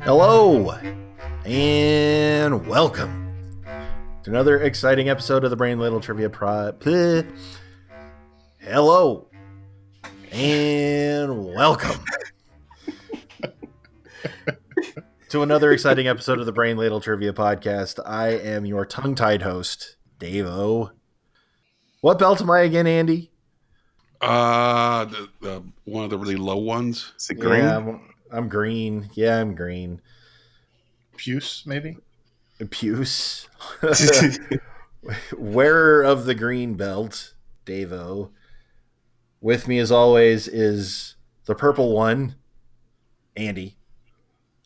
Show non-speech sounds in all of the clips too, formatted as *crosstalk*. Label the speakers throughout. Speaker 1: Hello and welcome to another exciting episode of the Brain Little Trivia Pro. bleh. Hello and welcome to another exciting episode of the Brain Ladle Trivia Podcast. I am your tongue-tied host, Dave O. What belt am I again, Andy?
Speaker 2: Uh, the, the one of the really low ones,
Speaker 3: Is it green?
Speaker 1: Yeah, I'm, I'm green. Yeah, I'm green.
Speaker 4: Puce, maybe?
Speaker 1: Puce. *laughs* Wearer of the green belt, Davo. With me, as always, is the purple one, Andy,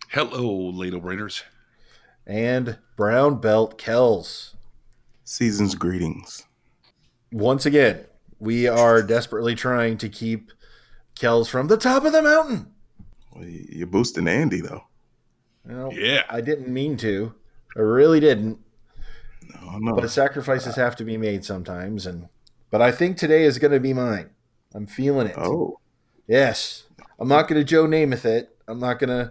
Speaker 2: hello, ladle brainers.
Speaker 1: and brown belt, Kells.
Speaker 3: *laughs* Season's greetings.
Speaker 1: Once again, we are desperately trying to keep Kells from the top of the mountain.
Speaker 3: Well, y- You're boosting Andy though.
Speaker 4: Oh.
Speaker 1: Well,
Speaker 2: Yeah,
Speaker 1: I didn't mean to. I really didn't.
Speaker 3: No, no.
Speaker 1: But sacrifices have to be made sometimes, and but I think today is going to be mine. I'm feeling it.
Speaker 3: Oh,
Speaker 1: Yes. I'm not going to Joe Namath it. I'm not going to,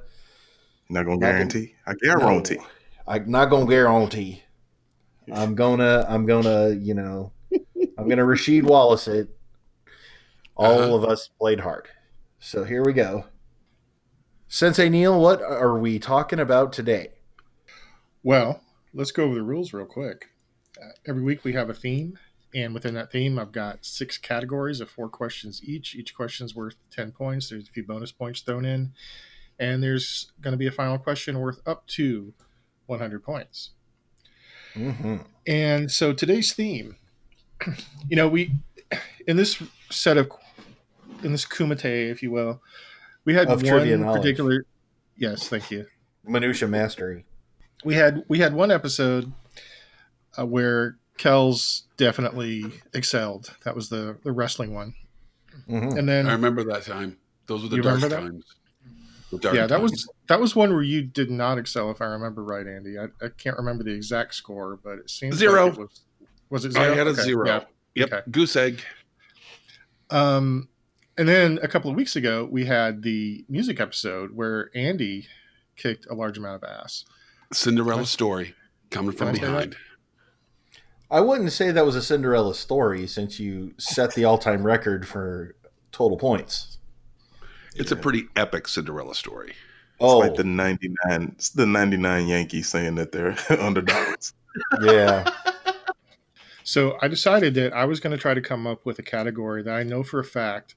Speaker 3: you're not gonna
Speaker 1: Back in-
Speaker 3: guarantee. I guarantee.
Speaker 1: I'm not going to guarantee. I'm going to, I'm going to, you know, I'm going to Rasheed Wallace it. All
Speaker 2: Uh-huh.
Speaker 1: of us played hard. So here we go. Sensei Neil, what are we talking about today?
Speaker 4: Well, let's go over the rules real quick. Uh, every week we have a theme, and within that theme, I've got six categories of four questions each. Each question's worth 10 points. There's a few bonus points thrown in, and there's going to be a final question worth up to 100 points.
Speaker 1: hmm
Speaker 4: And so today's theme, *clears throat* you know, we in this set of in this kumite, if you will, we had
Speaker 1: Of trivia
Speaker 4: one
Speaker 1: knowledge.
Speaker 4: particular. Yes, thank you.
Speaker 1: Minutia mastery.
Speaker 4: we had we had one episode uh, where Kells definitely excelled. That was the the wrestling one,
Speaker 1: Mhm.
Speaker 4: and
Speaker 2: Hmm. I
Speaker 4: then
Speaker 2: remember that time. Those were the
Speaker 4: You
Speaker 2: dark
Speaker 4: remember that?
Speaker 2: times. The dark
Speaker 4: yeah, that
Speaker 2: times.
Speaker 4: was that was one where you did not excel, if I remember right, Andy. I, I can't remember the exact score, but it seems like
Speaker 2: Zero.
Speaker 4: it was, was it
Speaker 2: I
Speaker 4: zero?
Speaker 2: had a
Speaker 4: Okay,
Speaker 2: zero.
Speaker 4: yeah.
Speaker 2: Yep,
Speaker 4: Okay.
Speaker 2: goose egg.
Speaker 4: Um, and then a couple of weeks ago, we had the music episode where Andy kicked a large amount of ass.
Speaker 2: Cinderella
Speaker 4: Can I-
Speaker 2: story coming
Speaker 4: I
Speaker 2: from
Speaker 4: say that?
Speaker 2: behind.
Speaker 1: I wouldn't say that was a Cinderella story since you set the all time record for total points.
Speaker 2: It's a pretty epic Cinderella story.
Speaker 1: Oh,
Speaker 3: It's like the ninety nine. It's the ninety nine Yankees saying that they're *laughs* underdogs.
Speaker 1: yeah.
Speaker 4: So I decided that I was going to try to come up with a category that I know for a fact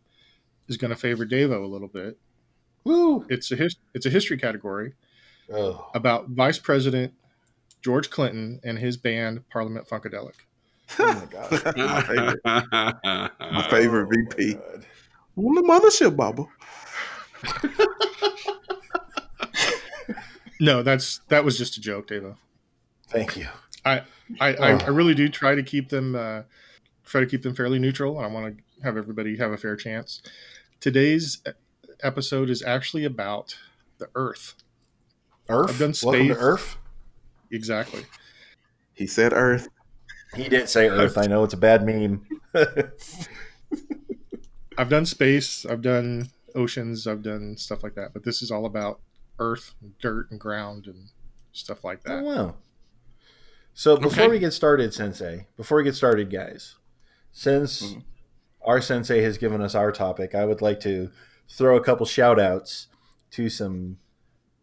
Speaker 4: is going to favor Devo a little bit. *laughs*
Speaker 1: Woo.
Speaker 4: It's a his, it's a history category
Speaker 1: Oh.
Speaker 4: about Vice President George Clinton and his band Parliament Funkadelic.
Speaker 1: Oh my god.
Speaker 3: my favorite,
Speaker 2: *laughs*
Speaker 3: my
Speaker 2: I
Speaker 3: favorite
Speaker 1: my
Speaker 3: VP.
Speaker 1: God.
Speaker 3: On the mothership, Baba.
Speaker 4: No, that's that was just a joke, Devo.
Speaker 1: Thank you.
Speaker 4: I, I,
Speaker 1: Oh.
Speaker 4: I really do try to keep them uh, try to keep them fairly neutral, and I want to have everybody have a fair chance. Today's e- episode is actually about the Earth.
Speaker 1: Earth.
Speaker 4: I've done
Speaker 1: Welcome to
Speaker 4: space.
Speaker 1: Earth.
Speaker 4: Exactly.
Speaker 3: He said Earth. *laughs*
Speaker 1: He didn't say Earth. Oh, I know it's a bad meme. *laughs*
Speaker 4: I've done space, I've done oceans, I've done stuff like that, but this is all about earth, and dirt, and ground, and stuff like
Speaker 1: Oh,
Speaker 4: that.
Speaker 1: wow. So before
Speaker 2: Okay.
Speaker 1: we get started, Sensei, before we get started, guys, since
Speaker 3: Mhm.
Speaker 1: our Sensei has given us our topic, I would like to throw a couple shout outs to some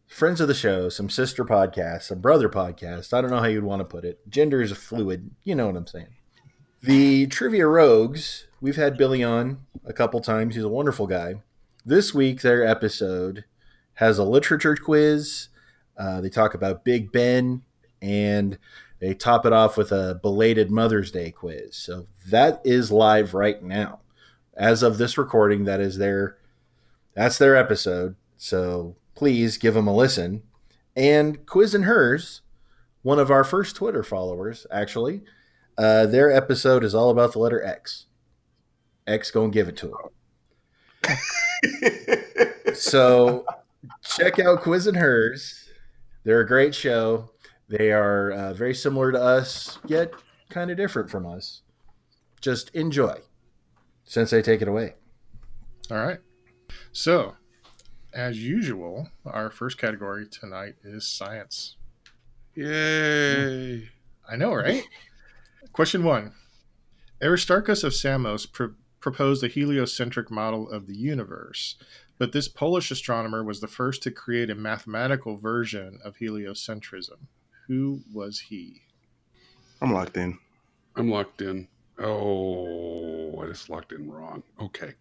Speaker 1: friends of the show, some sister podcasts, some brother podcasts. I don't know how you'd want to put it. Gender is a fluid. You know what I'm saying. The Trivia Rogues, we've had Billy on a couple times. He's a wonderful guy. This week, their episode has a literature quiz. Uh, they talk about Big Ben and they top it off with a belated Mother's Day quiz. So that is live right now. As of this recording, that is their that's their episode. So please give them a listen. And Quiz and Hers, one of our first Twitter followers, actually, uh, their episode is all about the letter X. X gonna give it to him. So check out Quiz and Hers. They're a great show. They are uh, very similar to us, yet kind of different from us. Just enjoy. Sensei, take it away.
Speaker 4: All right. So as usual, our first category tonight is science.
Speaker 2: Yay.
Speaker 4: I know, right? Question one Aristarchus of Samos pro- proposed a heliocentric model of the universe, but this Polish astronomer was the first to create a mathematical version of heliocentrism. Who was he?
Speaker 3: I'm locked in.
Speaker 2: I'm locked in. Oh, I just locked in wrong. Okay.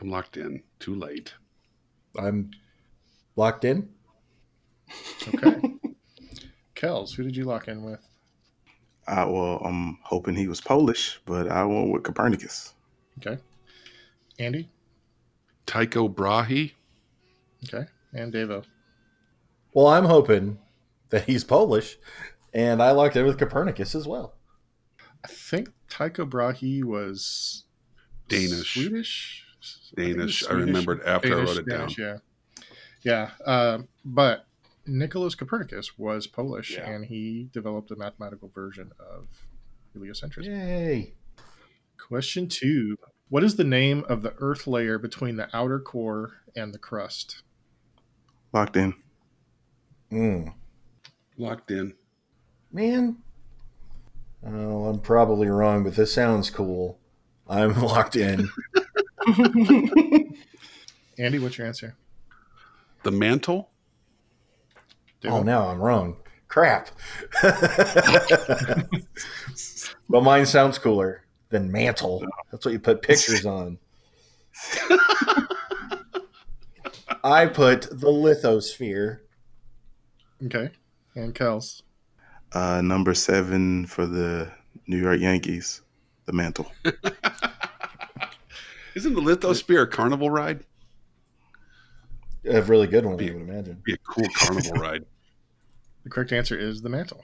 Speaker 2: I'm locked in. Too late.
Speaker 1: I'm locked in.
Speaker 4: Okay. Kells, who did you lock in with?
Speaker 3: I well, I'm hoping he was Polish, but I went with Copernicus.
Speaker 4: Okay. Andy?
Speaker 2: Tycho Brahe?
Speaker 4: Okay. And Davo.
Speaker 1: Well, I'm hoping that he's Polish, and I locked in with Copernicus as well.
Speaker 4: I think Tycho Brahe was
Speaker 2: Danish.
Speaker 4: Swedish. I think it was
Speaker 2: Danish. I
Speaker 4: Swedish.
Speaker 2: remembered after I wrote it down.
Speaker 4: Danish, yeah, yeah. Uh, but Nicholas Copernicus was Polish,
Speaker 2: Yeah.
Speaker 4: and he developed a mathematical version of heliocentrism.
Speaker 1: Yay!
Speaker 4: Question two: What is the name of the Earth layer between the outer core and the crust?
Speaker 3: Locked in.
Speaker 1: Mm.
Speaker 2: Locked in.
Speaker 1: Man, oh, I'm probably wrong, but this sounds cool. I'm *laughs* locked in.
Speaker 4: Andy, what's your answer?
Speaker 2: The mantle?
Speaker 1: oh,
Speaker 4: Davo?
Speaker 1: now I'm wrong. Crap. *laughs* but mine sounds cooler than mantle. That's what you put pictures *laughs* on. I put the lithosphere.
Speaker 4: Okay, and Kels.
Speaker 3: Uh, number seven for the New York Yankees, the mantle.
Speaker 2: Isn't the lithosphere a carnival ride?
Speaker 1: A really good one, I would imagine.
Speaker 2: Be a cool *laughs* carnival ride.
Speaker 4: The correct answer is the mantle.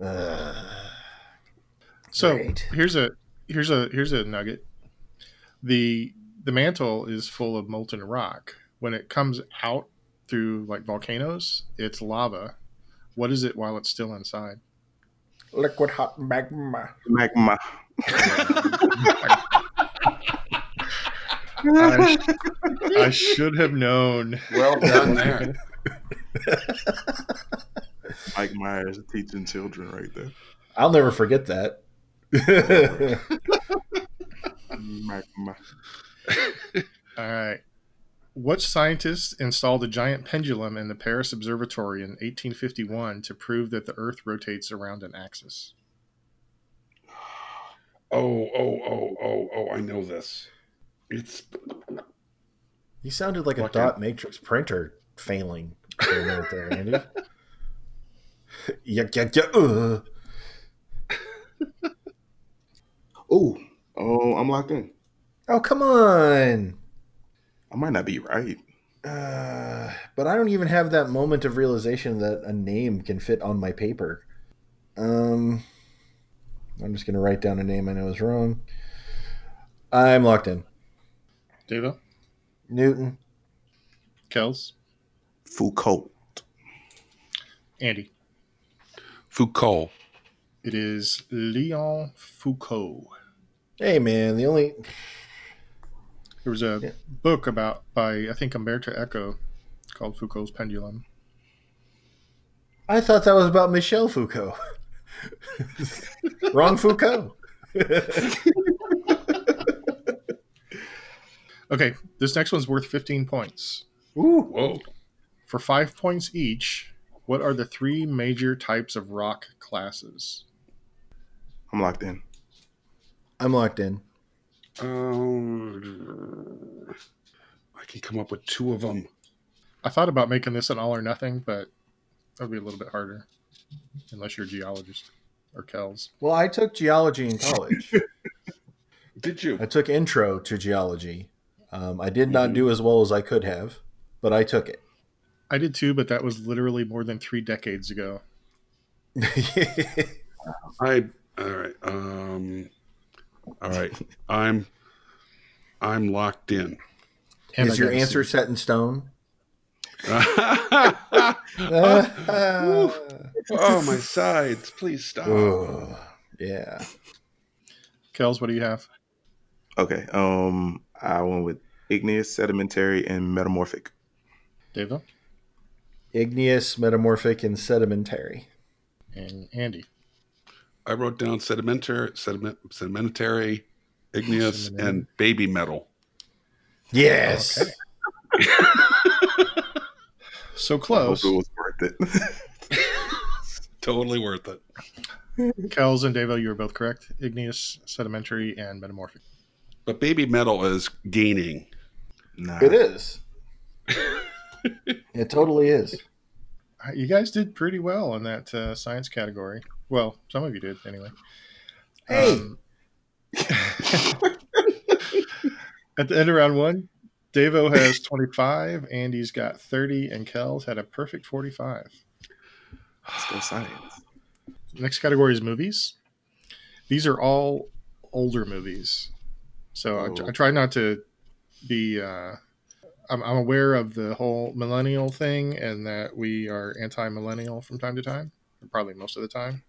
Speaker 1: Uh,
Speaker 4: So
Speaker 1: Great.
Speaker 4: here's a here's a here's a nugget. The the mantle is full of molten rock. When it comes out through like volcanoes, it's lava. What is it while it's still inside?
Speaker 1: liquid hot magma.
Speaker 3: Magma.
Speaker 4: I, I should have known.
Speaker 2: Well done there.
Speaker 3: Mike Myers teaching children right there.
Speaker 1: I'll never forget that. *laughs*
Speaker 3: Magma.
Speaker 4: All right. What scientist installed a giant pendulum in the Paris Observatory in 1851 to prove that the Earth rotates around an axis?
Speaker 2: Oh, oh, oh, oh, oh, I know this. It's
Speaker 1: you sounded like a
Speaker 2: Locked
Speaker 1: dot matrix printer failing for a minute there, Andy. *laughs* Yuck, yuck, yuck, ugh.
Speaker 3: Oh, oh, I'm locked in.
Speaker 1: Oh, come on.
Speaker 3: I might not be right.
Speaker 1: Uh, but I don't even have that moment of realization that a name can fit on my paper. Um, I'm just going to write down a name I know is wrong. I'm locked in.
Speaker 4: Davo,
Speaker 1: Newton.
Speaker 4: Kells,
Speaker 3: Foucault.
Speaker 4: Andy.
Speaker 2: Foucault.
Speaker 4: It is Leon Foucault.
Speaker 1: Hey, man, the only.
Speaker 4: There was a
Speaker 1: Yeah.
Speaker 4: book about by I think Umberto Eco called Foucault's Pendulum.
Speaker 1: I thought that was about Michel Foucault. *laughs* Wrong Foucault. *laughs*
Speaker 4: Okay, this next one's worth 15 points.
Speaker 1: Ooh.
Speaker 2: Whoa.
Speaker 4: For 5 points each, what are the three major types of rock classes?
Speaker 3: I'm locked in.
Speaker 1: I'm locked in.
Speaker 2: Um, I can come up with two of them.
Speaker 4: I thought about making this an all or nothing, but that would be a little bit harder unless you're a geologist or Kells.
Speaker 1: Well, I took geology in college.
Speaker 2: Did you?
Speaker 1: I took intro to geology. Um, I did not do as well as I could have, but I took
Speaker 4: I did too, but that was literally more than 3 decades ago.
Speaker 1: it.
Speaker 2: I all right. Um, all right. I'm I'm locked *laughs* in.
Speaker 4: And
Speaker 1: Is
Speaker 4: I
Speaker 1: your
Speaker 4: got a
Speaker 1: answer
Speaker 4: C.
Speaker 1: set in stone?
Speaker 2: oh my sides! Please stop.
Speaker 1: Ugh. yeah.
Speaker 4: Kells, what do you have?
Speaker 3: Okay. Um, I went with igneous, sedimentary, and metamorphic.
Speaker 4: Deva
Speaker 1: Igneous, metamorphic, and sedimentary.
Speaker 4: and Andy.
Speaker 2: I wrote down sedimentary, sediment, sedimentary, igneous,
Speaker 4: Sediment.
Speaker 2: and baby metal.
Speaker 1: Yes.
Speaker 4: Okay. So
Speaker 3: I hope
Speaker 4: close.
Speaker 3: it was worth it. *laughs*
Speaker 2: Totally worth it.
Speaker 4: Kells and Devo, you were both correct. Igneous, sedimentary, and metamorphic.
Speaker 2: But baby metal is gaining.
Speaker 3: nah.
Speaker 1: It
Speaker 3: *laughs*
Speaker 1: is. it totally is.
Speaker 4: Uh, You guys did pretty well in that uh, science category. Well, some of you did anyway.
Speaker 1: Hey.
Speaker 4: Um, *laughs* at the end of round one, Devo has 25, Andy's got 30, and Kells had a perfect 45.
Speaker 3: Let's go science.
Speaker 4: Next category is movies. These are all older movies. So I, tr-
Speaker 3: Oh.
Speaker 4: I try not to be. Uh, I'm, I'm aware of the whole millennial thing and that we are anti millennial from time to time, or probably most of the time.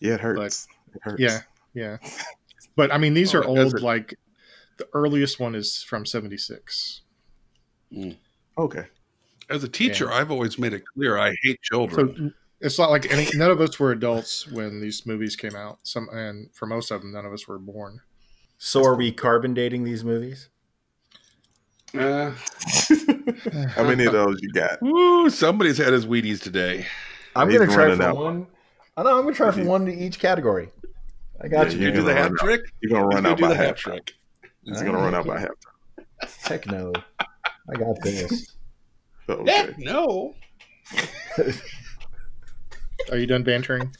Speaker 3: Yeah, it hurts. it hurts.
Speaker 4: Yeah, yeah. But I mean, these
Speaker 2: Oh,
Speaker 4: are
Speaker 2: that does it.
Speaker 4: old. Like the earliest one is from 76.
Speaker 3: Okay.
Speaker 2: As a teacher,
Speaker 4: Yeah.
Speaker 2: I've always made it clear I hate
Speaker 4: So
Speaker 2: children.
Speaker 4: it's not like any, none of us were adults when these movies came out. Some and for most of them, none of us were born.
Speaker 1: So are we carbon dating these movies?
Speaker 2: Uh,
Speaker 3: How many of those you got?
Speaker 2: woo, somebody's had his Wheaties today.
Speaker 1: I'm
Speaker 3: He's
Speaker 1: gonna try
Speaker 3: running
Speaker 1: for
Speaker 3: out.
Speaker 1: one. I know I'm gonna try for
Speaker 3: Yeah.
Speaker 1: one to each category. I got
Speaker 3: Yeah,
Speaker 1: you.
Speaker 2: You
Speaker 3: You're
Speaker 2: do the
Speaker 3: gonna
Speaker 2: hat
Speaker 3: run out.
Speaker 2: trick.
Speaker 3: You're gonna run
Speaker 2: You
Speaker 3: out
Speaker 2: do
Speaker 3: by
Speaker 2: the hat
Speaker 3: half.
Speaker 2: trick.
Speaker 3: He's gonna run out by half.
Speaker 1: Heck no. I got
Speaker 3: *laughs*
Speaker 1: this. *laughs*
Speaker 3: So, okay.
Speaker 2: Heck no.
Speaker 4: Are you done bantering?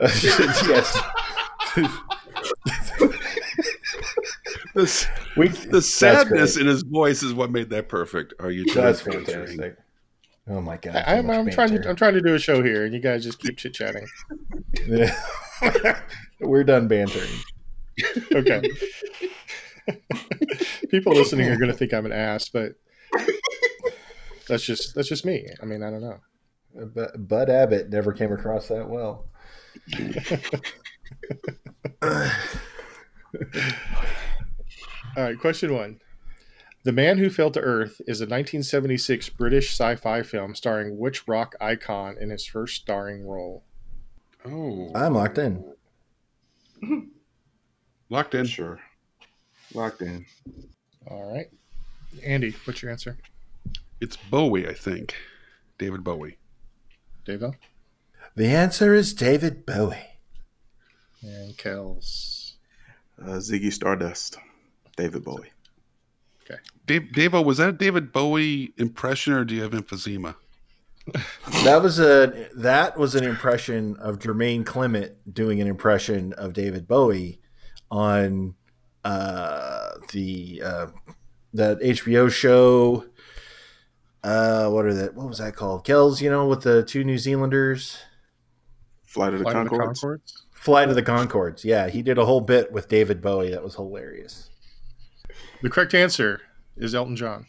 Speaker 1: yes.
Speaker 2: *laughs* The, s-
Speaker 1: We,
Speaker 2: the sadness
Speaker 1: great.
Speaker 2: in his voice is what made that perfect. Are you done
Speaker 1: that's
Speaker 2: bantering?
Speaker 1: fantastic. Oh my god.
Speaker 4: I, I'm, I'm trying to I'm trying to do a show here, and you guys just keep chit chatting.
Speaker 1: to *laughs* We're done bantering.
Speaker 4: *laughs* Okay. People listening are going to think I'm an ass, but that's just that's just me. I mean, I don't know.
Speaker 1: But Bud Abbott never came across that well.
Speaker 4: All right, question one: The Man Who Fell to Earth is a 1976 British sci-fi film starring which rock icon in his first starring role?
Speaker 2: Oh,
Speaker 1: *laughs* I'm locked in.
Speaker 2: locked in.
Speaker 3: Sure. Locked in.
Speaker 4: All right, Andy, what's your answer?
Speaker 2: It's Bowie, I think. David Bowie.
Speaker 4: Davo
Speaker 1: The answer is David Bowie.
Speaker 4: and Kells.
Speaker 3: Uh, Ziggy Stardust. David Bowie.
Speaker 2: Dave, Davo, was that a David Bowie impression, or do you have emphysema?
Speaker 1: That was a that was an impression of Jermaine Clement doing an impression of David Bowie on uh, the uh, that HBO show. Uh, what are that? What was that called? Kells, you know, with the two New Zealanders,
Speaker 3: Flight of the
Speaker 4: Flight of the
Speaker 3: Concords.
Speaker 4: Concords?
Speaker 1: Flight of the Concords. Yeah, he did a whole bit with David Bowie that was hilarious.
Speaker 4: The correct answer is Elton John.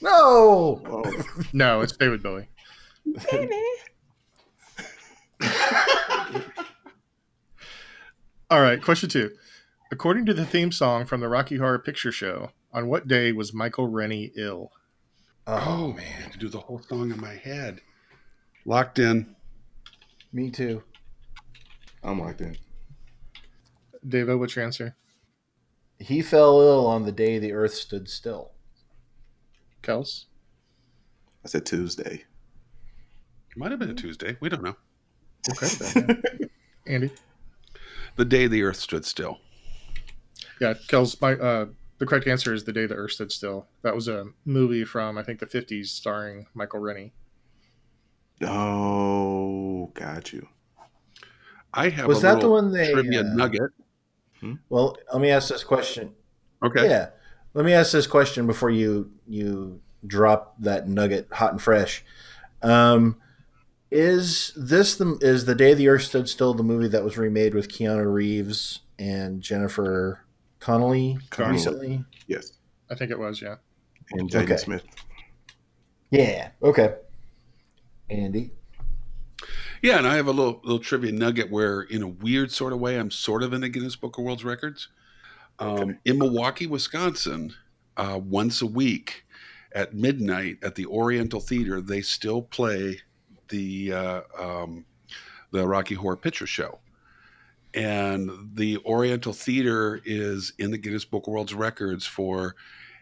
Speaker 1: No,
Speaker 3: Oh,
Speaker 4: No, it's David Bowie. All right, question two. According to the theme song from the Rocky Horror Picture Show, on what day was Michael Rennie ill?
Speaker 1: oh man,
Speaker 2: I had to do the whole song in my head. Locked in.
Speaker 1: me too.
Speaker 3: I'm locked in.
Speaker 4: Devo, what's your answer?
Speaker 1: He fell ill on the day the earth stood still.
Speaker 4: Kels?
Speaker 3: I said Tuesday.
Speaker 2: It might have been a Tuesday. We don't know.
Speaker 4: Okay. then. *laughs* Andy?
Speaker 2: The day the earth stood still.
Speaker 4: Yeah, Kels, my, uh, the correct answer is The Day the Earth Stood Still. That was a movie from, I think, the 50s starring Michael Rennie.
Speaker 3: Oh, got you.
Speaker 2: I have
Speaker 1: Was
Speaker 2: a
Speaker 1: that the
Speaker 2: little
Speaker 1: one they?
Speaker 2: trivia
Speaker 1: uh,
Speaker 2: nugget.
Speaker 1: well, let me ask this question.
Speaker 2: Okay.
Speaker 1: Yeah, let me ask this question before you you drop that nugget hot and fresh. Um, is this the is the day the Earth stood still the movie that was remade with Keanu Reeves and Jennifer Connelly
Speaker 4: Connelly.
Speaker 1: recently?
Speaker 3: Yes.
Speaker 4: I think it was, yeah.
Speaker 3: And Jaden
Speaker 1: Okay.
Speaker 3: Smith.
Speaker 1: Yeah. Okay. Andy.
Speaker 2: Yeah, and I have a little little trivia nugget where, in a weird sort of way, I'm sort of in the Guinness Book of World Records. Um, In Milwaukee, Wisconsin, uh, once a week, at midnight at the Oriental Theater, they still play the uh, um, the Rocky Horror Picture Show, and the Oriental Theater is in the Guinness Book of World Records for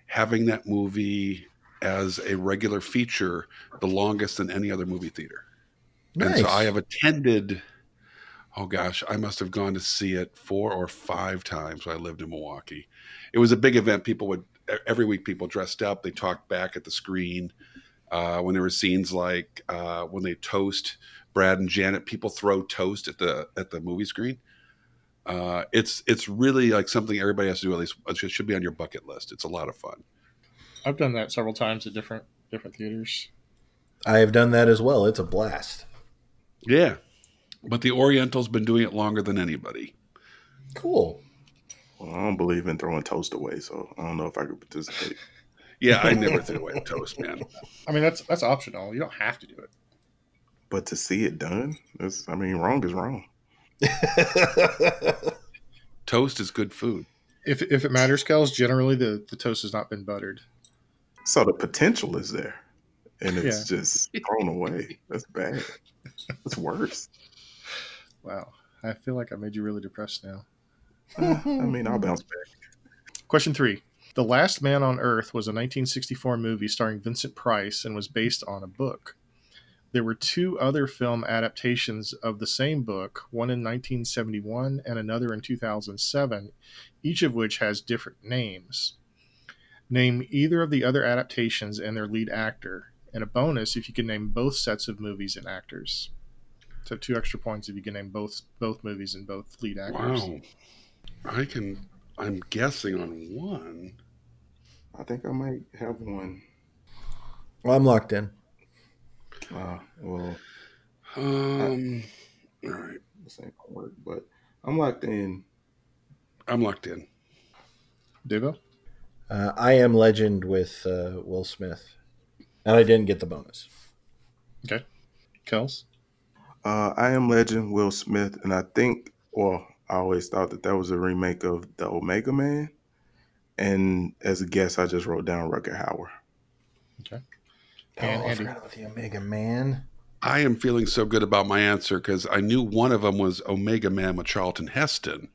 Speaker 2: having that movie as a regular feature the longest in any other movie theater.
Speaker 1: Nice.
Speaker 2: And so I have attended. Oh gosh, I must have gone to see it four or five times when I lived in Milwaukee. It was a big event. People would e, every week. People dressed up. They talked back at the screen. Uh, when there were scenes like uh, when they toast Brad and Janet, people throw toast at the at the movie screen. Uh, it's it's really like something everybody has to do. At least it should- should be on your bucket list. It's a lot of fun.
Speaker 4: I've done that several times at different different theaters.
Speaker 1: I have done that as well. It's a blast.
Speaker 2: Yeah, but the Oriental's been doing it longer than anybody.
Speaker 1: Cool.
Speaker 3: Well, I don't believe in throwing toast away, so I don't know if I could participate.
Speaker 2: Yeah, I never threw away a toast, man.
Speaker 4: I mean, that's that's optional. You don't have to do it.
Speaker 3: But to see it done, that's, I mean, wrong is wrong.
Speaker 2: Toast is good food.
Speaker 4: If if it matters, Kels, generally the the toast has not been buttered.
Speaker 3: So the potential is there, and it's just thrown away. That's bad. That's worse.
Speaker 4: Wow, I feel like I made you really depressed now.
Speaker 3: Uh, I mean, I'll bounce back.
Speaker 4: Question three. The Last Man on Earth was a 1964 movie starring Vincent Price and was based on a book. There were two other film adaptations of the same book, one in 1971 and another in 2007, each of which has different names. Name either of the other adaptations and their lead actor, and a bonus if you can name both sets of movies and actors. So two extra points if you can name both both movies and both lead actors.
Speaker 2: Wow. I can, I'm guessing on one.
Speaker 3: I think I might have one.
Speaker 1: *laughs* Well, I'm locked in.
Speaker 3: Uh, well,
Speaker 2: Um, all right.
Speaker 3: this ain't gonna work, but I'm locked in.
Speaker 2: I'm locked in.
Speaker 4: Devo?
Speaker 1: Uh, I am Legend with uh, Will Smith, and I didn't get the bonus.
Speaker 4: Kels?
Speaker 3: Uh, I am Legend, Will Smith, and I think, well, I always thought that that was a remake of the Omega Man. And as a guess, I just wrote down Rucker Hauer.
Speaker 4: And
Speaker 1: oh, I
Speaker 4: Andy.
Speaker 1: forgot about the Omega Man.
Speaker 2: I am feeling so good about my answer because I knew one of them was Omega Man with Charlton Heston.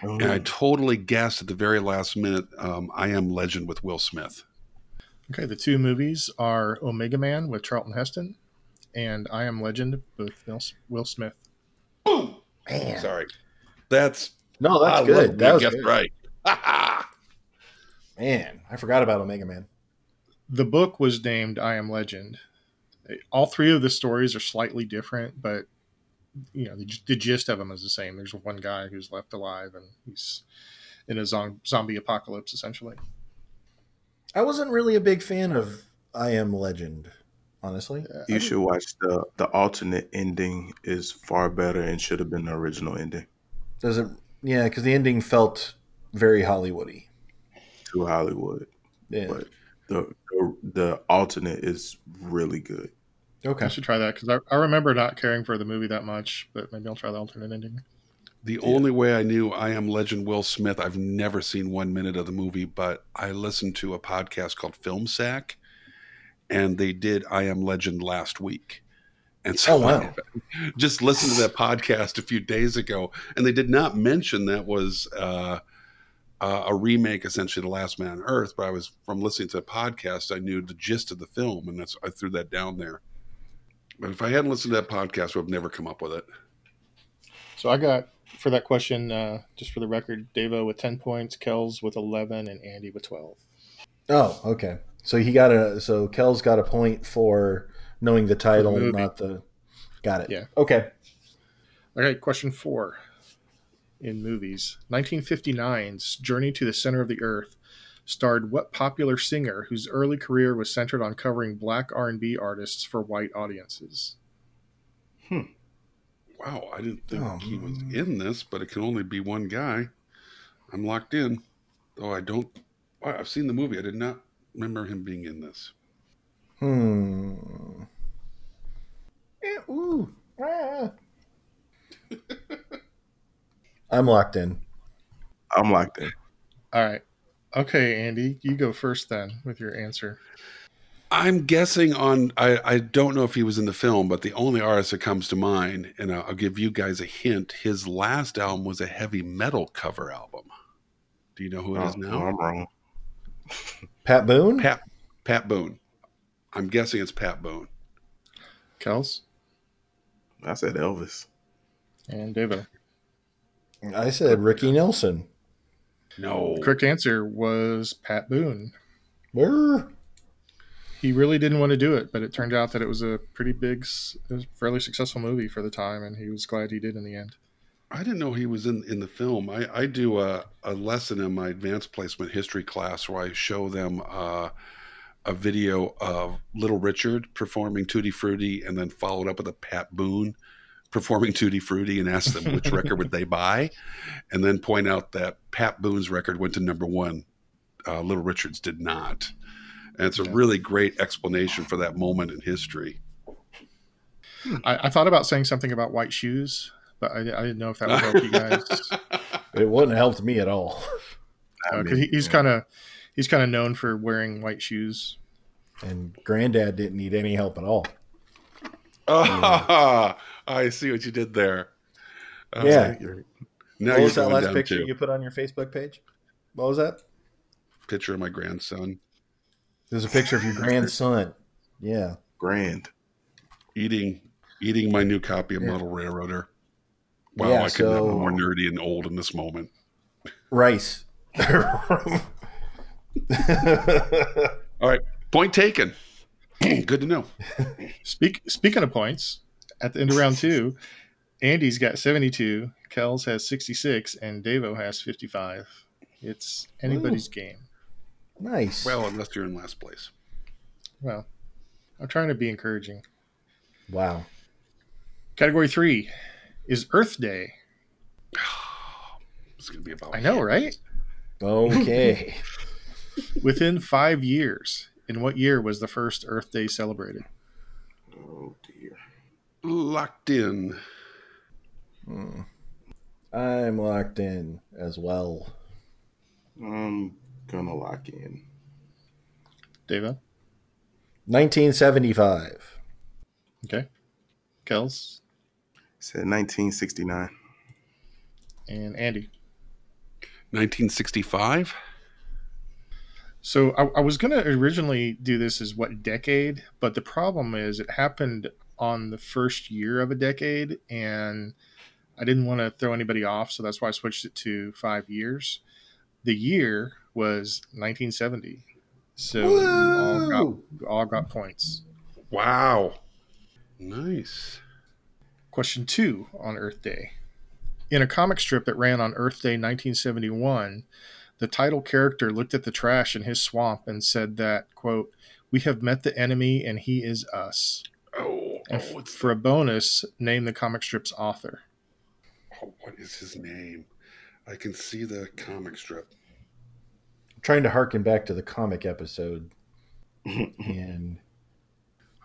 Speaker 2: And I
Speaker 1: Oh.
Speaker 2: totally guessed at the very last minute um, I am legend with Will Smith.
Speaker 4: Okay, the two movies are Omega Man with Charlton Heston and I Am Legend with Will- Will Smith.
Speaker 1: Man,
Speaker 2: Sorry. That's,
Speaker 1: no, that's
Speaker 2: I love when
Speaker 1: good. That
Speaker 2: you
Speaker 1: was
Speaker 2: guessed
Speaker 1: good.
Speaker 2: right. *laughs*
Speaker 1: Man, I forgot about Omega Man.
Speaker 4: The book was named I Am Legend. All three of the stories are slightly different, but you know the, the gist of them is the same. There's one guy who's left alive and he's in a zom- zombie apocalypse essentially.
Speaker 1: I wasn't really a big fan of I Am Legend, honestly.
Speaker 4: Uh,
Speaker 3: You should watch the the alternate ending is far better and should have been the original ending.
Speaker 1: Does it? Yeah, because the ending felt very Hollywoody.
Speaker 3: To Hollywood,
Speaker 1: Yeah.
Speaker 3: Right. the, the the alternate is really good.
Speaker 4: I
Speaker 1: Okay.
Speaker 4: should try that because I, I remember not caring for the movie that much, but maybe I'll try the alternate ending.
Speaker 2: The only way I knew I am legend Will Smith, I've never seen one minute of the movie, but I listened to a podcast called Film Sack, and they did I Am Legend last week. And so
Speaker 1: Oh, wow.
Speaker 2: I *laughs* just listened to that podcast a few days ago, and they did not mention that was uh, uh, a remake, essentially, The Last Man on Earth. But I was from listening to the podcast, I knew the gist of the film, and that's I threw that down there. But if I hadn't listened to that podcast, I would have never come up with it.
Speaker 4: So I got for that question, uh, just for the record, Devo with ten points, Kells with eleven, and Andy with twelve.
Speaker 1: Oh, okay. So he got a. So Kel's got a point for knowing the title,
Speaker 4: movie.
Speaker 1: not the. Got it.
Speaker 4: Yeah.
Speaker 1: Okay.
Speaker 4: Okay, question four in movies. 1959's Journey to the Center of the Earth starred what popular singer whose early career was centered on covering black R&B artists for white audiences?
Speaker 2: Wow, I didn't think
Speaker 1: Oh,
Speaker 2: he was
Speaker 1: man.
Speaker 2: in this, but it can only be one guy. I'm locked in, though I don't. wow, I've seen the movie. I did not remember him being in this.
Speaker 1: Hmm. Eh, ooh. Ah. *laughs* I'm locked in.
Speaker 3: I'm locked in.
Speaker 4: All right. Okay, Andy, you go first then with your answer.
Speaker 2: I'm guessing on. I, I don't know if he was in the film, but the only artist that comes to mind, and I'll, I'll give you guys a hint. His last album was a heavy metal cover album. Do you know who it is
Speaker 3: Oh,
Speaker 2: now?
Speaker 3: well, I'm wrong.
Speaker 1: Pat Boone?
Speaker 2: Pat Pat Boone. I'm guessing it's Pat Boone.
Speaker 4: Kels
Speaker 3: I said Elvis.
Speaker 4: and Devo.
Speaker 1: I said Ricky Nelson.
Speaker 2: No.
Speaker 4: The correct answer was Pat Boone.
Speaker 1: Brr.
Speaker 4: He really didn't want to do it, but it turned out that it was a pretty big, s- it was a fairly successful movie for the time, and he was glad he did in the end.
Speaker 2: I didn't know he was in, in the film. I, I do a, a lesson in my advanced placement history class where I show them uh, a video of Little Richard performing Tutti Frutti and then followed up with a Pat Boone performing Tutti Frutti and ask them which record would they buy and then point out that Pat Boone's record went to number one. Uh, Little Richard's did not. And it's a
Speaker 4: Yeah.
Speaker 2: really great explanation for that moment in history.
Speaker 4: I, I thought about saying something about white shoes, but I, I didn't know if that would help you guys
Speaker 1: It wouldn't have helped me at all. *laughs*
Speaker 3: I
Speaker 4: because
Speaker 3: mean,
Speaker 4: he's kind of he's kind of known for wearing white shoes.
Speaker 1: And Granddad didn't need any help at all.
Speaker 2: Ah, *laughs* I see what you did there. Uh,
Speaker 1: Yeah.
Speaker 2: Now
Speaker 1: what
Speaker 2: you're
Speaker 1: was that
Speaker 2: going
Speaker 1: last
Speaker 2: down
Speaker 1: picture
Speaker 2: to
Speaker 1: you put on your Facebook page? What was that?
Speaker 2: picture of my grandson
Speaker 1: There's a picture
Speaker 2: *laughs*
Speaker 1: of your grandson. Yeah.
Speaker 3: grand.
Speaker 2: eating eating my new copy of
Speaker 1: Yeah.
Speaker 2: Model Railroader. Wow,
Speaker 1: Yeah,
Speaker 2: I could not be
Speaker 1: so-
Speaker 2: more nerdy and old in this moment.
Speaker 1: Rice.
Speaker 2: Point taken. *clears throat* Good to know.
Speaker 4: Speak, speaking of points, at the end of round two, Andy's got 72, Kells has 66, and Davo has 55. It's anybody's game.
Speaker 1: nice.
Speaker 2: Well, unless you're in last place. *sighs*
Speaker 4: Well, I'm trying to be encouraging.
Speaker 1: wow.
Speaker 4: Category three is Earth Day.
Speaker 2: It's gonna be about.
Speaker 4: I know, right?
Speaker 1: Okay.
Speaker 4: Within five years. In what year was the first Earth Day celebrated?
Speaker 3: Oh dear.
Speaker 2: Locked in.
Speaker 1: Hmm. I'm locked in as well.
Speaker 3: I'm gonna lock in.
Speaker 4: Davo?
Speaker 1: 1975.
Speaker 4: Okay. Kells
Speaker 3: Said 1969.
Speaker 2: *laughs*
Speaker 4: and Andy.
Speaker 2: 1965.
Speaker 4: So I, I was going to originally do this as what decade, but the problem is it happened on the first year of a decade, and I didn't want to throw anybody off, so that's why I switched it to five years. The year was 1970, so you all got,
Speaker 1: Woo!
Speaker 4: you all got points.
Speaker 2: Wow. Nice.
Speaker 4: Question two on Earth Day. In a comic strip that ran on Earth Day 1971, the title character looked at the trash in his swamp and said that, quote, We have met the enemy and he is us.
Speaker 2: Oh, oh,
Speaker 4: And f-
Speaker 2: what's
Speaker 4: for a bonus, name the comic strip's author.
Speaker 2: oh, what is his name? I can see the comic strip.
Speaker 1: I'm trying to harken back to the comic episode.
Speaker 3: Mm,
Speaker 1: and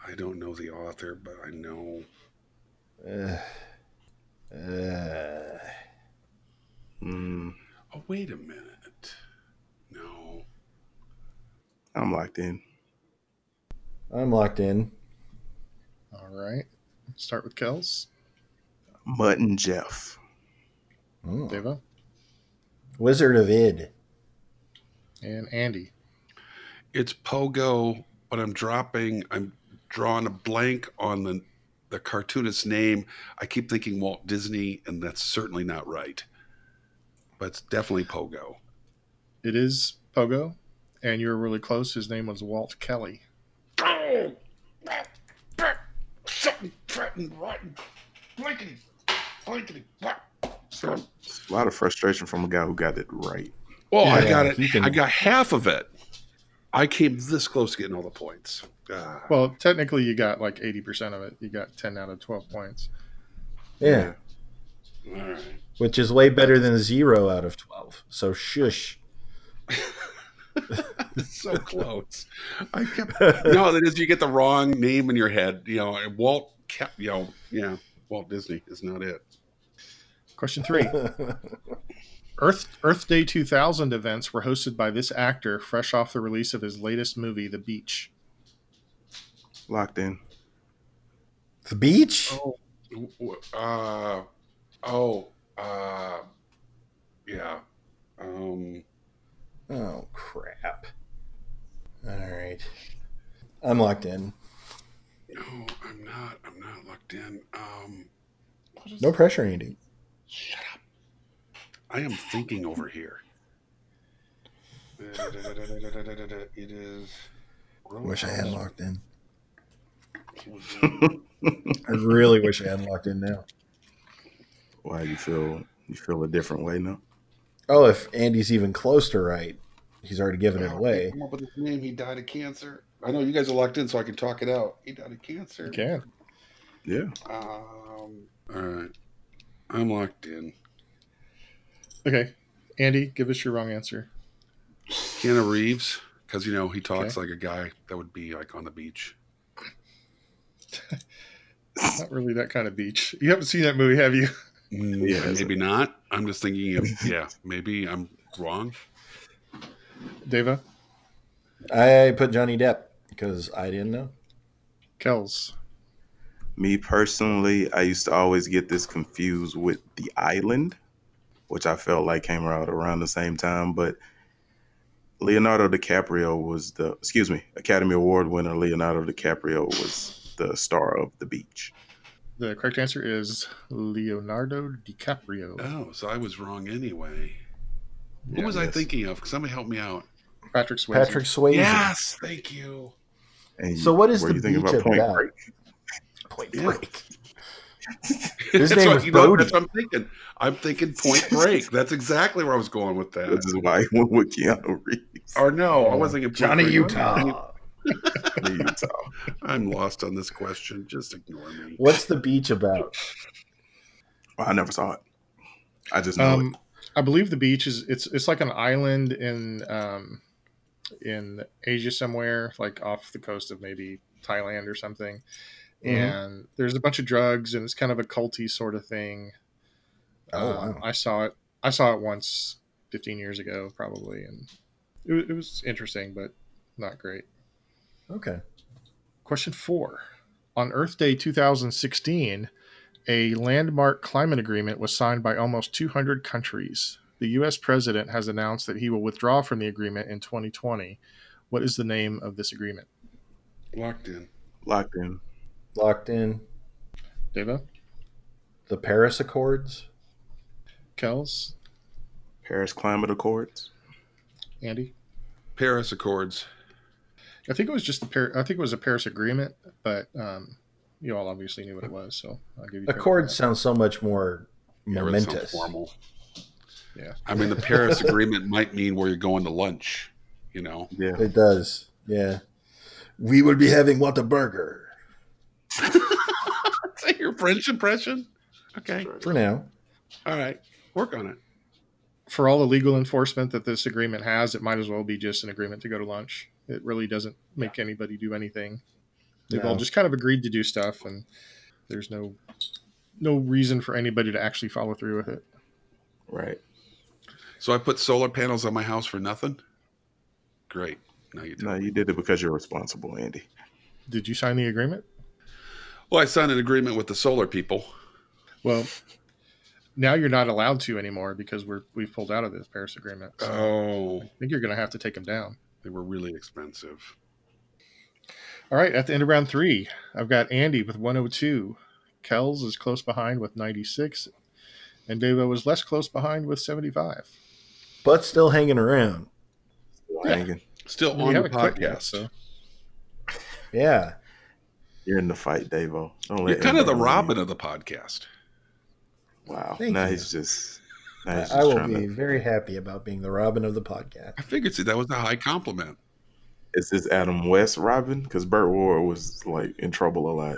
Speaker 2: I don't know the author, but I know.
Speaker 1: uh, uh,
Speaker 3: Mm,
Speaker 2: Oh, wait a minute. No.
Speaker 3: I'm locked in.
Speaker 1: I'm locked in.
Speaker 4: All right. Start with Kells,
Speaker 3: Mutt and Jeff.
Speaker 1: Hmm.
Speaker 4: Deva,
Speaker 1: Wizard of Id.
Speaker 4: and Andy.
Speaker 2: It's Pogo, but I'm dropping, I'm drawing a blank on the, the cartoonist's name. I keep thinking Walt Disney, and that's certainly not right. But it's definitely Pogo.
Speaker 4: It is Pogo, and you were really close. His name was Walt Kelly.
Speaker 2: Oh! Something threatened, rotten, blankety, blankety,
Speaker 3: A lot of frustration from a guy who got it right.
Speaker 2: Well, Oh, I
Speaker 1: Yeah,
Speaker 2: got it.
Speaker 1: you can-
Speaker 2: I got half of it. I came this close to getting all the points. Ah.
Speaker 4: Well, technically, you got like 80% of it. You got 10 out of 12 points.
Speaker 1: yeah.
Speaker 2: all right.
Speaker 1: Which is way better than zero out of 12. So shush.
Speaker 2: *laughs* so close.
Speaker 1: *laughs*
Speaker 2: I kept no. That is, you get the wrong name in your head. You know, and Walt kept. You know, yeah, Walt Disney is not it.
Speaker 1: *laughs*
Speaker 4: Question three. Earth Earth Day 2000 events were hosted by this actor fresh off the release of his latest movie The Beach.
Speaker 3: Locked in.
Speaker 1: The beach?
Speaker 2: Oh, w- w- uh, oh, uh, yeah. Um,
Speaker 1: Oh crap. All right. I'm locked in.
Speaker 2: no, I'm not. I'm not locked in. Um, what is
Speaker 1: No pressure, Andy.
Speaker 2: Shut up. I am thinking
Speaker 1: *laughs*
Speaker 2: over here. It is.
Speaker 1: Wish I had locked in. *laughs*
Speaker 2: Roadhouse.
Speaker 1: I really wish I had locked in now.
Speaker 3: *laughs* Why you feel you feel a different way now?
Speaker 1: Oh, if Andy's even close to right, he's already given it away.
Speaker 2: Come up with his name. He died of cancer. I know you guys are locked in, so I can talk it out. He died of cancer.
Speaker 4: You can.
Speaker 3: Yeah.
Speaker 2: Um, all right. I'm locked in.
Speaker 4: Okay. Andy, give us your wrong answer.
Speaker 2: Keanu Reeves, because you know he talks like a guy that would be like on the beach.
Speaker 4: Not really that kind of beach. You haven't seen that movie, have you?
Speaker 2: Mm,
Speaker 3: Yeah, it's
Speaker 2: maybe not. I'm just thinking of yeah. Maybe I'm wrong.
Speaker 4: Deva?
Speaker 1: I put Johnny Depp because I didn't know.
Speaker 4: Kells.
Speaker 3: Me personally, I used to always get this confused with The Island, which I felt like came out around the same time. But Leonardo DiCaprio was the, excuse me, Academy Award winner Leonardo DiCaprio was the star of The Beach.
Speaker 4: The correct answer is Leonardo DiCaprio.
Speaker 2: Oh, so I was wrong anyway. Who
Speaker 4: Yeah,
Speaker 2: was I
Speaker 3: yes.
Speaker 2: thinking of? Somebody help me out.
Speaker 4: Patrick Swayze.
Speaker 1: Patrick Swayze.
Speaker 2: Yes, thank you.
Speaker 3: And
Speaker 1: So what is
Speaker 3: were
Speaker 1: the
Speaker 3: you thinking
Speaker 1: beach
Speaker 3: about Point
Speaker 1: about?
Speaker 3: Break?
Speaker 1: Point
Speaker 2: Yeah.
Speaker 1: Break. His
Speaker 2: *laughs* That's
Speaker 1: name
Speaker 2: what,
Speaker 1: was
Speaker 2: you know,
Speaker 1: Brody.
Speaker 2: that's what I'm thinking. I'm thinking Point Break. That's exactly where I was going with that.
Speaker 3: Which is why I went with Keanu Reeves.
Speaker 2: Or no, I was thinking Point
Speaker 1: Johnny
Speaker 2: Break.
Speaker 1: Utah.
Speaker 3: Utah.
Speaker 2: *laughs* I'm lost on this question. Just ignore me.
Speaker 1: What's the beach about?
Speaker 3: Well, I never saw it. I just know
Speaker 4: Um, I believe the beach is it's it's like an island in um, in Asia somewhere, like off the coast of maybe Thailand or something.
Speaker 1: Mm-hmm.
Speaker 4: And there's a bunch of drugs, and it's kind of a culty sort of thing.
Speaker 1: Oh,
Speaker 4: Uh,
Speaker 1: wow.
Speaker 4: I saw it. I saw it once, 15 years ago, probably, and it, wa- it was interesting, but not great.
Speaker 1: Okay.
Speaker 4: Question four. On Earth Day 2016, a landmark climate agreement was signed by almost 200 countries. The U.S. president has announced that he will withdraw from the agreement in 2020. What is the name of this agreement?
Speaker 2: Locked in.
Speaker 3: it. Locked in.
Speaker 1: Locked in.
Speaker 4: Deva?
Speaker 1: The Paris Accords.
Speaker 4: Kells?
Speaker 3: Paris Climate Accords.
Speaker 4: Andy?
Speaker 2: Paris Accords.
Speaker 4: I think it was just the Par- I think it was a Paris agreement, but um, you all obviously knew what it was, so I'll give you credit for
Speaker 1: Accords
Speaker 4: that.
Speaker 1: sounds so much more
Speaker 2: Yeah, that sounds
Speaker 1: momentous.
Speaker 2: Formal.
Speaker 4: Yeah.
Speaker 2: I mean, the Paris Agreement might mean where you're going to lunch. You *laughs* know.
Speaker 3: Yeah.
Speaker 1: It does. Yeah. We would be having what a burger
Speaker 2: Is that your French impression? Okay.
Speaker 1: for now.
Speaker 2: All right. Work on it.
Speaker 4: for all the legal enforcement that this agreement has, it might as well be just an agreement to go to lunch. It really doesn't make anybody do anything. They've all
Speaker 1: No.
Speaker 4: just kind of agreed to do stuff, and there's no no reason for anybody to actually follow through with it.
Speaker 3: Right.
Speaker 2: So I put solar panels on my house for nothing. Great. Now you do.
Speaker 3: No, you did it because you're responsible, Andy.
Speaker 4: Did you sign the agreement?
Speaker 2: Well, I signed an agreement with the solar people.
Speaker 4: Well, now you're not allowed to anymore because we're we've pulled out of this Paris agreement. So
Speaker 2: Oh,
Speaker 4: I think you're going to have to take them down.
Speaker 2: they were really expensive.
Speaker 4: All right, at the end of round three, I've got Andy with 102. Kells is close behind with 96, and Devo was less close behind with 75.
Speaker 1: But still hanging around.
Speaker 4: Yeah.
Speaker 3: Hanging.
Speaker 2: Still
Speaker 4: We
Speaker 2: on the
Speaker 4: haven't clicked yet,
Speaker 2: podcast.
Speaker 4: so-
Speaker 1: Yeah.
Speaker 3: You're in the fight, Davo. Don't let
Speaker 2: You're kind of the
Speaker 3: anybody win.
Speaker 2: Robin of the podcast.
Speaker 3: Wow.
Speaker 1: Thank
Speaker 3: now
Speaker 1: you.
Speaker 3: he's just. Now he's just
Speaker 1: I will
Speaker 3: trying
Speaker 1: be
Speaker 3: to.
Speaker 1: very happy about being the Robin of the podcast.
Speaker 2: I figured see, that was a high compliment.
Speaker 3: Is this Adam West Robin? Because Burt Ward was like in trouble a lot.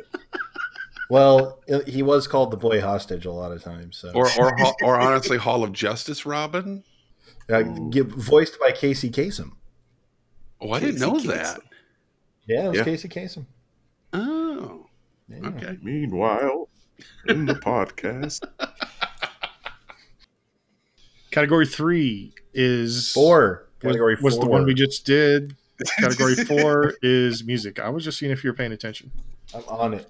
Speaker 1: Well, i- he was called the boy hostage a lot of times. So,
Speaker 2: Or
Speaker 1: *laughs*
Speaker 2: or Hall- or honestly, Hall of Justice Robin.
Speaker 1: uh, give, voiced by Casey Kasem.
Speaker 2: Oh, I didn't
Speaker 3: Casey
Speaker 2: know
Speaker 3: Kasem.
Speaker 2: that.
Speaker 1: Yeah, it was
Speaker 3: Yeah.
Speaker 1: Casey Kasem.
Speaker 2: Oh,
Speaker 1: Yeah.
Speaker 2: okay.
Speaker 3: Meanwhile, in the podcast, *laughs*
Speaker 4: Category three is
Speaker 1: Four
Speaker 4: was,
Speaker 1: category
Speaker 4: was
Speaker 1: four
Speaker 2: *laughs*
Speaker 4: the one we just did. Category four is music. I was just seeing if you were paying attention.
Speaker 1: I'm on it.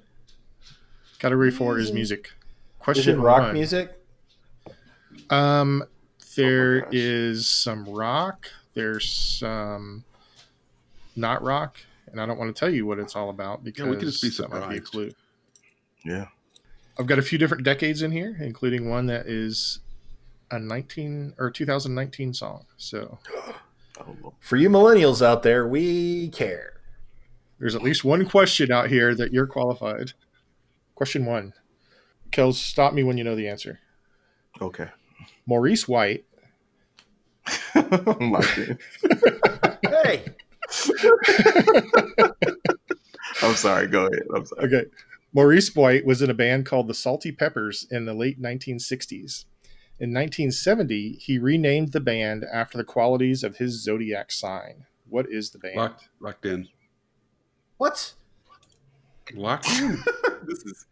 Speaker 4: Category four is music. Question
Speaker 1: Is it rock
Speaker 4: one.
Speaker 1: music?
Speaker 4: Um,
Speaker 1: Oh
Speaker 4: there is
Speaker 3: gosh.
Speaker 4: some rock. There's some not rock, and I don't want to tell you what it's all about because
Speaker 2: we could just be
Speaker 4: that might be a
Speaker 2: surprised.
Speaker 4: clue.
Speaker 3: Yeah.
Speaker 4: I've got a few different decades in here, including one that is a 19 or 2019 song. So
Speaker 3: Oh, Lord.
Speaker 1: For you millennials out there, we care.
Speaker 4: there's at least one question out here that you're qualified. Question one. Kels, stop me when you know the answer.
Speaker 3: Okay. *laughs*
Speaker 4: Maurice White
Speaker 3: I'm locked in.
Speaker 1: Hey, *laughs*
Speaker 3: I'm sorry. Go ahead. I'm sorry.
Speaker 4: Okay. Maurice White was in a band called the Salty Peppers in the late 1960s. In 1970, he renamed the band after the qualities of his zodiac sign. What is the band?
Speaker 2: Locked, locked in.
Speaker 1: what?
Speaker 2: Locked
Speaker 1: *laughs*
Speaker 2: in.
Speaker 3: This is.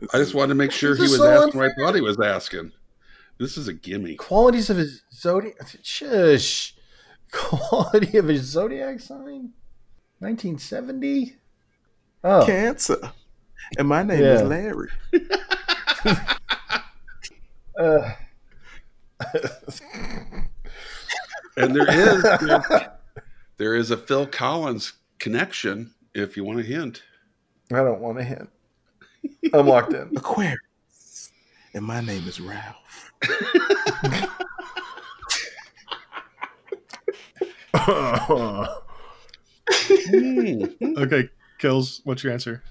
Speaker 3: This
Speaker 2: I just
Speaker 3: is-
Speaker 2: wanted to make sure he
Speaker 1: This is
Speaker 2: was
Speaker 1: so
Speaker 2: asking what I
Speaker 1: unfair.
Speaker 2: thought he was asking. This is a gimme.
Speaker 1: Qualities of his zodiac. Shush. Quality of his zodiac sign. 1970. Oh,
Speaker 3: cancer. And my name is
Speaker 1: Yeah.
Speaker 3: Larry.
Speaker 1: uh,
Speaker 2: And there is there- there is a Phil Collins connection if you want a hint.
Speaker 1: I don't want a hint. I'm locked in.
Speaker 4: *laughs*
Speaker 3: Aquarius. And my name is Ralph.
Speaker 2: Hmm.
Speaker 4: Okay, Kills, what's your answer?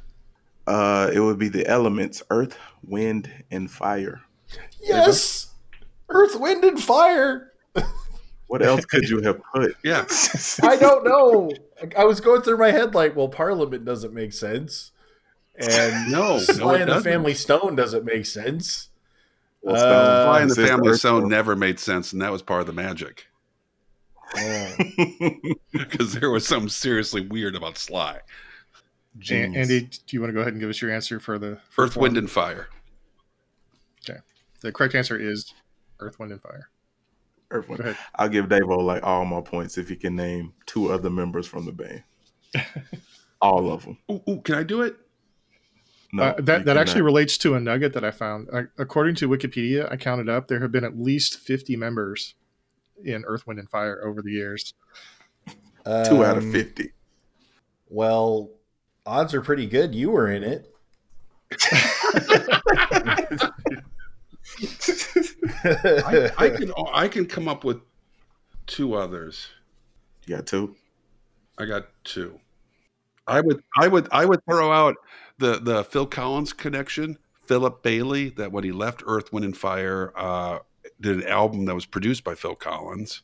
Speaker 3: Uh, it would be the elements earth, wind, and fire.
Speaker 1: yes. Earth, wind, and fire.
Speaker 3: What else could you have put?
Speaker 2: *laughs* yeah.
Speaker 1: I don't know. I was going through my head like, well, Parliament doesn't make sense, and
Speaker 2: Oh, No, no,
Speaker 1: Sly
Speaker 2: it
Speaker 1: and the
Speaker 2: doesn't.
Speaker 1: Family Stone doesn't make sense.
Speaker 3: Well,
Speaker 1: Uh,
Speaker 2: Sly and the
Speaker 3: Sister
Speaker 2: Family
Speaker 3: Earth-
Speaker 2: Stone never made sense, and that was part of the magic *laughs* because there was something seriously weird about Sly.
Speaker 4: An-
Speaker 3: Genius.
Speaker 4: Andy, do you want to go ahead and give us your answer for the for
Speaker 2: Earth, Wind, and Fire.
Speaker 4: The correct answer is Earth, Wind, and Fire.
Speaker 3: *laughs* Earth,
Speaker 4: Go
Speaker 3: wind.
Speaker 4: ahead.
Speaker 3: I'll give Davo like all my points if he can name two other members from the band. all of them.
Speaker 2: Ooh, ooh, can I
Speaker 3: *laughs*
Speaker 2: do it?
Speaker 3: No,
Speaker 4: Uh, that
Speaker 3: you
Speaker 4: that actually
Speaker 3: cannot.
Speaker 4: relates to a nugget that I found. Uh, according to Wikipedia, I counted up there have been at least 50 members in Earth, Wind, and Fire over the years.
Speaker 3: two out of
Speaker 1: Um,
Speaker 3: fifty.
Speaker 1: Well, odds are pretty good. You were in it.
Speaker 2: I,
Speaker 1: *laughs*
Speaker 2: I can. I can come up with two others.
Speaker 3: You got two.
Speaker 2: I got two. I would. I would. I would throw out the the Phil Collins connection. Philip Bailey. That when he left Earth, Wind, and Fire, uh, did an album that was produced by Phil Collins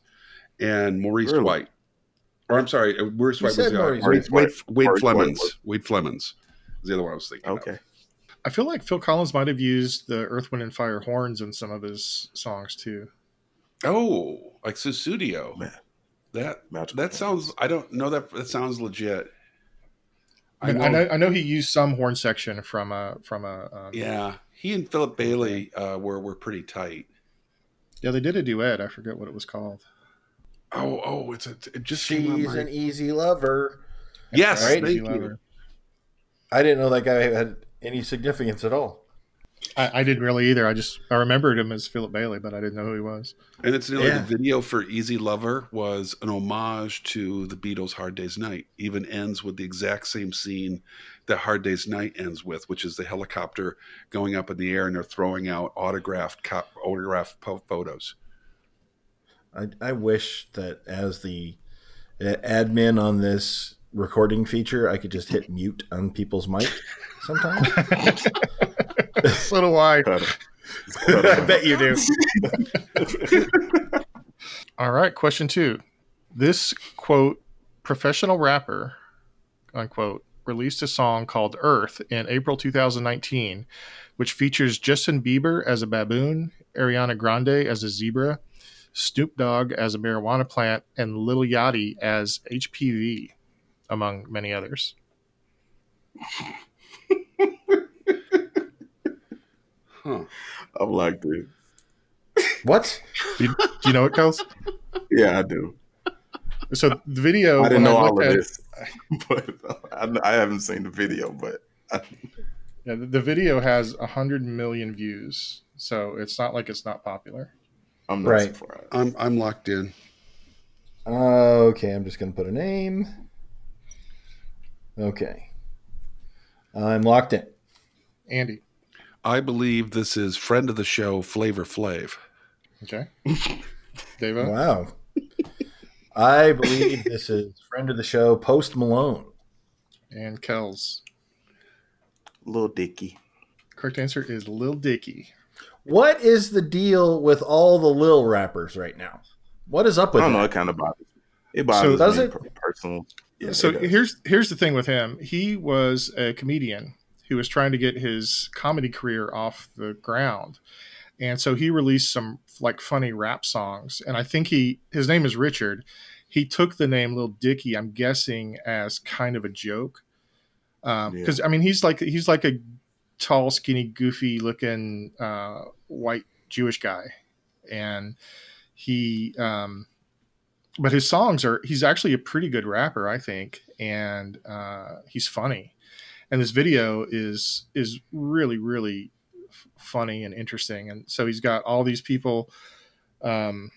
Speaker 2: and Maurice
Speaker 3: Really?
Speaker 2: White. Or I'm sorry, uh, Maurice
Speaker 1: You
Speaker 2: White was
Speaker 1: said
Speaker 2: the other.
Speaker 1: Maurice
Speaker 2: Wade, Wade, Wade
Speaker 3: Maurice White
Speaker 2: Flemings.
Speaker 3: was- Oh.
Speaker 2: Wade Flemings is the other one I was thinking. of.
Speaker 3: Okay.
Speaker 4: I feel like Phil Collins might have used the Earth, Wind, and Fire horns in some of his songs too.
Speaker 2: Oh, like Susudio.
Speaker 3: Man.
Speaker 2: That
Speaker 3: Magical
Speaker 2: that sounds. I don't know that. That sounds legit.
Speaker 4: I, mean, I know I know he used some horn section from a from a um,
Speaker 2: Yeah, he and Philip Bailey uh, were were pretty tight.
Speaker 4: yeah they did a duet. I forget what it was called.
Speaker 2: Oh, oh, it's a, it just came on
Speaker 1: She's
Speaker 2: my-
Speaker 1: an easy lover.
Speaker 2: yes.
Speaker 1: Right?
Speaker 2: Thank
Speaker 4: Easy
Speaker 2: you.
Speaker 4: Lover.
Speaker 1: I didn't know that guy had any significance at all.
Speaker 4: I, I didn't really either. I just I remembered him as Philip Bailey, but I didn't know who he was. *laughs*
Speaker 2: And it's nearly
Speaker 1: Yeah.
Speaker 2: the video for "Easy Lover" was an homage to the Beatles' "Hard Day's Night." Even ends with the exact same scene that "Hard Day's Night" ends with, which is the helicopter going up in the air and they're throwing out autographed cop, autographed po- photos.
Speaker 1: I, I wish that as the uh, admin on this recording feature, I could just hit mute on people's mic sometimes.
Speaker 4: so do I.
Speaker 3: Cut *laughs* it.
Speaker 1: *laughs*
Speaker 3: Cut
Speaker 1: I
Speaker 3: it out.
Speaker 1: bet you do.
Speaker 4: All right, question two. This quote professional rapper unquote released a song called Earth in April 2019, which features Justin Bieber as a baboon, Ariana Grande as a zebra, Snoop Dogg as a marijuana plant, and Lil Yachty as HPV, among many others.
Speaker 2: Huh.
Speaker 3: I'm like, dude.
Speaker 1: What?
Speaker 4: Do you know what, Kels?
Speaker 3: Yeah, I do.
Speaker 4: So the video.
Speaker 3: I didn't
Speaker 4: when
Speaker 3: know all
Speaker 4: looked
Speaker 3: of
Speaker 4: at-
Speaker 3: this, *laughs* but I, I haven't seen the video. But
Speaker 4: Yeah, the, the video has hundred million views, so it's not like it's not popular.
Speaker 3: I'm not
Speaker 1: Right.
Speaker 3: surprised.
Speaker 2: I'm I'm locked in.
Speaker 1: Uh, Okay, I'm just going to put a name. Okay. I'm locked in.
Speaker 4: Andy,
Speaker 2: I believe this is friend of the show Flavor Flav.
Speaker 3: *laughs*
Speaker 4: okay. Dave,
Speaker 1: Wow. I believe this is friend of the show, Post Malone.
Speaker 4: and Kells.
Speaker 3: Little Dicky.
Speaker 4: Correct answer is Lil Dicky.
Speaker 1: What is the deal with all the Lil rappers right now? What is up
Speaker 3: I
Speaker 1: with
Speaker 3: don't know.
Speaker 1: that?
Speaker 3: It kind of bothers. Me. It bothers
Speaker 1: does
Speaker 3: me
Speaker 1: it-
Speaker 3: per- personal. Yeah,
Speaker 4: so
Speaker 3: it does.
Speaker 4: here's here's the thing with him. He was a comedian who was trying to get his comedy career off the ground, and so he released some like funny rap songs. And I think he his name is Richard. He took the name Lil Dicky, I'm guessing, as kind of a joke, because
Speaker 3: Yeah.
Speaker 4: I mean he's like he's like a tall, skinny, goofy looking uh, white Jewish guy, and he um, but his songs are he's actually a pretty good rapper i think and uh, he's funny and this video is is really really f- funny and interesting and so he's got all these people um,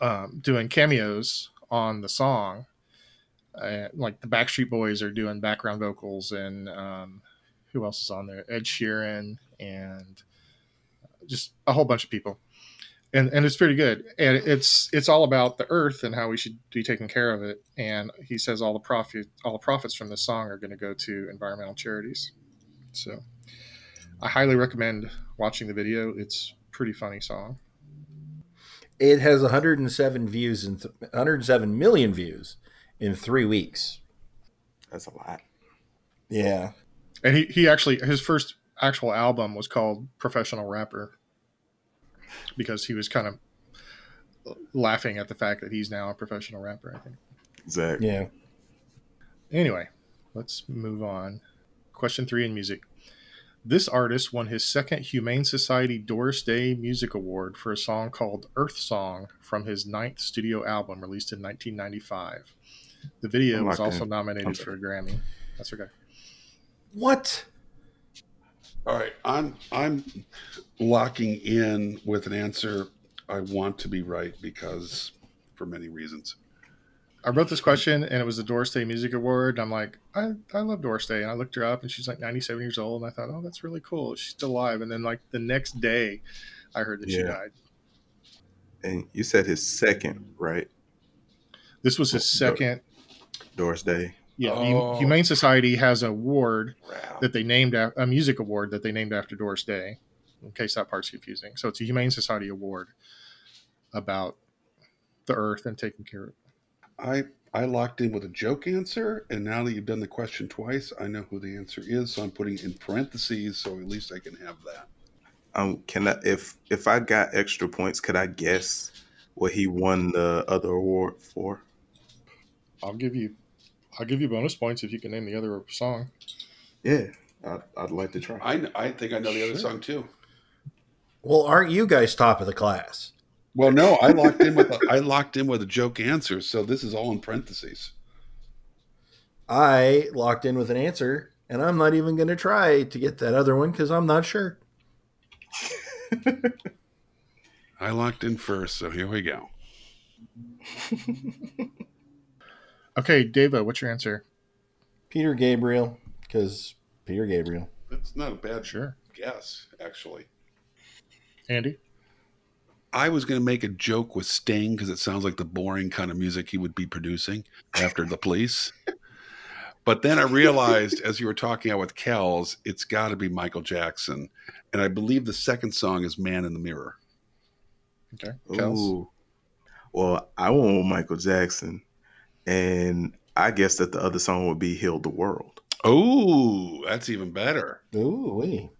Speaker 4: um, doing cameos on the song uh, like the backstreet boys are doing background vocals and um, who else is on there ed sheeran and just a whole bunch of people and and it's pretty good and it's it's all about the earth and how we should be taking care of it and he says all the profit all the profits from this song are going to go to environmental charities so i highly recommend watching the video it's pretty funny song
Speaker 1: It has 107 views in th- 107 million views in three weeks.
Speaker 3: that's a lot.
Speaker 1: Yeah.
Speaker 4: and he, he actually his first actual album was called professional rapper because he was kind of laughing at the fact that he's now a professional rapper i think
Speaker 3: Exactly.
Speaker 1: Yeah.
Speaker 4: Anyway, let's move on. Question three in music. This artist won his second Humane Society Doris Day Music Award for a song called Earth Song from his ninth studio album released in 1995. The video
Speaker 3: I'm
Speaker 4: was
Speaker 3: locked
Speaker 4: also
Speaker 3: in.
Speaker 4: nominated
Speaker 3: I'm
Speaker 4: for a Grammy. That's okay.
Speaker 1: What?
Speaker 2: All right, I'm I'm locking in with an answer I want to be right because for many reasons.
Speaker 4: I wrote this question and it was the Doris Day Music Award. And I'm like, I, I love Doris Day. And I looked her up and she's like 97 years old. And I thought, oh, that's really cool. She's still alive. And then, like, the next day, I heard that she
Speaker 3: Yeah.
Speaker 4: died.
Speaker 3: And you said his second, right?
Speaker 4: This was his
Speaker 3: Oh, Dor-
Speaker 4: second
Speaker 3: Doris Day.
Speaker 4: Yeah, the
Speaker 2: Oh.
Speaker 4: Humane Society has an award
Speaker 2: Wow.
Speaker 4: that they named af- a music award that they named after Doris Day, in case that part's confusing. So it's a Humane Society award about the earth and taking care of it.
Speaker 2: I I locked in with a joke answer, and now that you've done the question twice, I know who the answer is. So I'm putting in parentheses, so at least I can have that.
Speaker 3: Um, can I if if I got extra points, could I guess what he won the other award for?
Speaker 4: I'll give you, I'll give you bonus points if you can name the other song.
Speaker 3: Yeah, I'd, I'd like to try.
Speaker 2: I kn- I think I know the other
Speaker 4: Sure.
Speaker 2: song too.
Speaker 1: Well, aren't you guys top of the class?
Speaker 2: Well, no, I locked in with a, I locked in with a joke answer, so this is all in parentheses.
Speaker 1: I locked in with an answer, and I'm not even going to try to get that other one because I'm not sure.
Speaker 2: I locked in first, so here we go.
Speaker 4: Okay, Deva, what's your answer?
Speaker 1: Peter Gabriel, because Peter Gabriel.
Speaker 2: That's not a bad
Speaker 4: Sure,
Speaker 2: guess, actually.
Speaker 4: Andy.
Speaker 2: I was going to make a joke with Sting because it sounds like the boring kind of music he would be producing after the police. But then I realized as you were talking out with Kells, it's got to be Michael Jackson. And I believe the second song is Man in the Mirror.
Speaker 4: Okay, Kels.
Speaker 3: Ooh. Well, I went with Michael Jackson, and I guess that the other song would be "Heal the World."
Speaker 2: Oh, that's even better.
Speaker 1: Ooh, wee.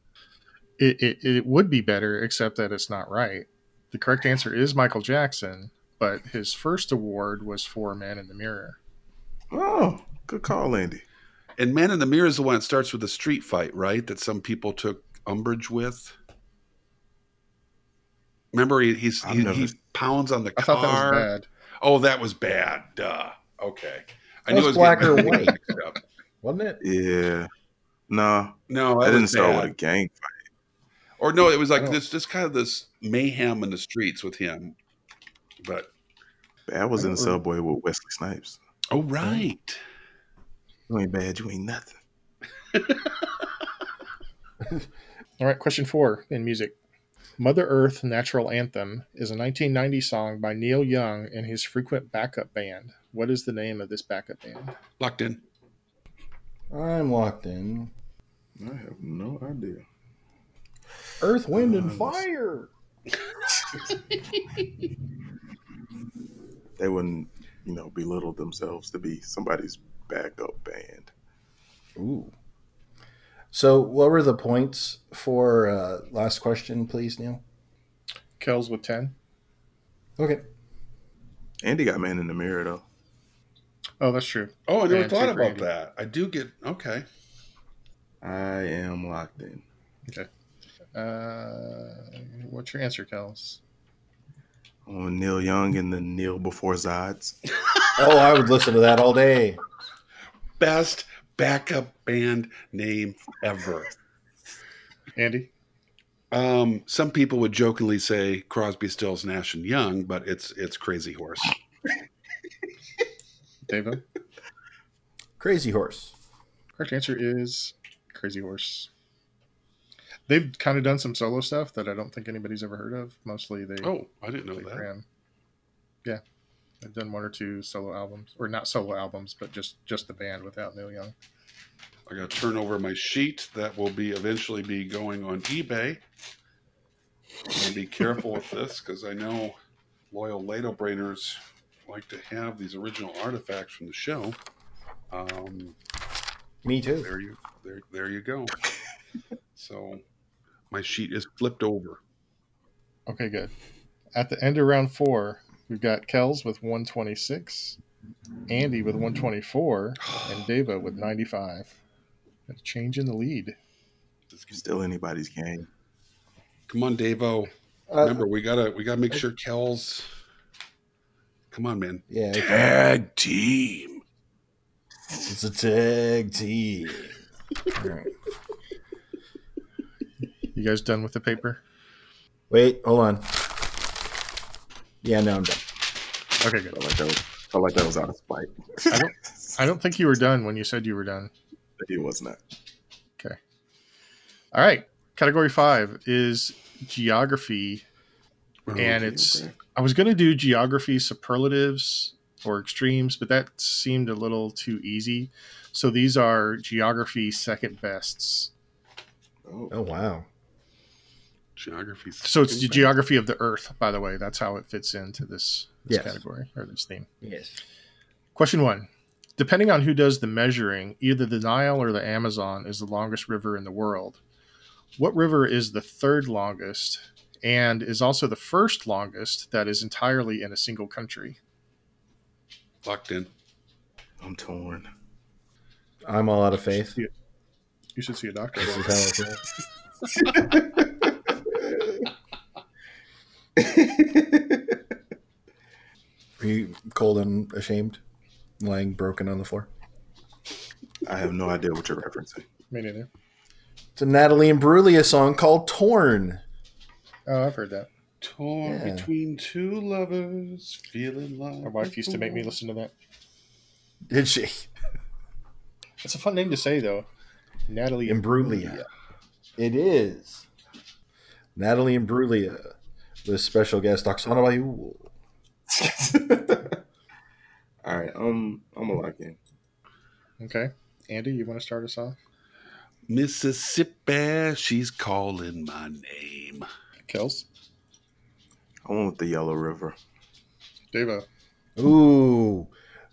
Speaker 4: It, it it would be better, except that it's not right. The correct answer is Michael Jackson, but his first award was for Man in the Mirror.
Speaker 3: Oh, good call, Andy.
Speaker 2: And Man in the Mirror is the one that starts with a street fight, right? That some people took umbrage with. Remember, he, he's,
Speaker 3: I've
Speaker 2: he,
Speaker 3: never-
Speaker 2: he pounds on the
Speaker 4: I
Speaker 2: car.
Speaker 4: thought that was bad.
Speaker 2: Oh, that was bad. Duh. Okay. I
Speaker 1: That was black
Speaker 2: getting
Speaker 1: or
Speaker 2: my things
Speaker 1: white.
Speaker 2: mixed up.
Speaker 1: wasn't it?
Speaker 3: Yeah. No,
Speaker 2: No,
Speaker 3: I
Speaker 2: that
Speaker 3: didn't
Speaker 2: was
Speaker 3: start
Speaker 2: bad.
Speaker 3: with a gang fight.
Speaker 2: Or no, it was like
Speaker 1: Oh.
Speaker 4: No.
Speaker 2: this, this kind of this mayhem in the streets with him. But
Speaker 3: Bad was in the
Speaker 4: I don't
Speaker 3: subway with Wesley Snipes.
Speaker 2: oh right,
Speaker 3: You ain't bad. You ain't nothing.
Speaker 4: All right, question four in music. Mother Earth Natural Anthem is a 1990 song by Neil Young and his frequent backup band. What is the name of this backup band?
Speaker 2: locked in.
Speaker 1: I'm locked in.
Speaker 3: I have no idea.
Speaker 1: Earth, wind, and
Speaker 3: Uh,
Speaker 1: fire.
Speaker 3: They wouldn't, you know, belittle themselves to be somebody's backup band.
Speaker 1: Ooh. So, what were the points for uh, last question, please, Neil?
Speaker 4: Kells with 10.
Speaker 1: Okay.
Speaker 3: Andy got Man in the Mirror, though.
Speaker 4: Oh, that's true.
Speaker 2: Oh, I never
Speaker 4: And
Speaker 2: thought
Speaker 4: Super
Speaker 2: about
Speaker 4: Andy.
Speaker 2: that. I do get okay.
Speaker 3: I am locked in.
Speaker 4: Uh, what's your answer, Kells?
Speaker 3: On Neil Young and the Neil Before Zods.
Speaker 1: Oh, I would listen to that all day.
Speaker 2: Best backup band name ever.
Speaker 4: Andy?
Speaker 2: Um, some people would jokingly say Crosby, Stills, Nash, and Young, but it's it's Crazy Horse.
Speaker 4: David?
Speaker 1: Crazy horse.
Speaker 4: Correct answer is Crazy Horse. They've kind of done some solo stuff that I don't think anybody's ever heard of. Mostly they
Speaker 2: Oh, I didn't know
Speaker 4: like
Speaker 2: that.
Speaker 4: ran. Yeah, I've done one or two solo albums, or not solo albums, but just just the band without Neil Young.
Speaker 2: I got to turn over my sheet that will be eventually be going on eBay. And be careful with this because I know loyal Lato brainers like to have these original artifacts from the show. Um,
Speaker 1: Me too.
Speaker 2: there you there there you go. So my sheet is flipped over.
Speaker 4: Okay, good. At the end of round four, we've got Kells with 126, Andy with 124, *sighs* and Deva with 95. A change in the lead.
Speaker 3: Still anybody's game.
Speaker 2: Come on, Davo.
Speaker 1: Uh,
Speaker 2: Remember, we gotta we gotta make sure Kells. Come on, man.
Speaker 1: yeah,
Speaker 2: Tag team.
Speaker 1: it's a tag team. All right.
Speaker 4: You guys done with the paper?
Speaker 1: Wait, hold on. Yeah, no, I'm done.
Speaker 4: Okay,
Speaker 3: Felt
Speaker 4: good.
Speaker 3: like that was, felt like that was out of spite.
Speaker 4: I don't-
Speaker 3: *laughs*
Speaker 4: I don't think you were done when you said you were done.
Speaker 3: it was not.
Speaker 4: All right. Category five is geography
Speaker 2: Oh,
Speaker 4: and it's
Speaker 3: okay.
Speaker 4: I was gonna do geography superlatives or extremes, but that seemed a little too easy. So these are geography second bests.
Speaker 3: Oh,
Speaker 1: Oh, wow.
Speaker 2: geography.
Speaker 4: So it's the geography of the Earth, by the way. That's how it fits into this, this
Speaker 1: Yes.
Speaker 4: category or this theme.
Speaker 1: Yes.
Speaker 4: Question one: Depending on who does the measuring, either the Nile or the Amazon is the longest river in the world. What river is the third longest and is also the first longest that is entirely in a single country?
Speaker 2: locked in.
Speaker 3: I'm torn. *laughs*
Speaker 1: I'm all out of faith.
Speaker 4: You should see a doctor.
Speaker 1: This is how I feel. Are you cold and ashamed, lying broken on the floor?
Speaker 3: I have no idea what you're referencing. *laughs*
Speaker 4: Me neither.
Speaker 1: It's a Natalie Imbruglia song called "Torn."
Speaker 4: Oh, I've heard that.
Speaker 2: Torn
Speaker 1: Yeah.
Speaker 2: between two lovers, feeling like
Speaker 4: My wife used to make me listen to that.
Speaker 1: Did she?
Speaker 4: It's a fun name to say, though. Natalie
Speaker 1: Imbruglia. It is. Natalie Imbruglia with special guest Oksana Bayul.
Speaker 3: All right, um, I'm gonna lock in.
Speaker 4: Okay. Andy, you want to start us off?
Speaker 2: Mississippi. She's calling my name.
Speaker 4: Kells?
Speaker 3: I went with the Yellow River.
Speaker 4: Devo.
Speaker 1: Ooh,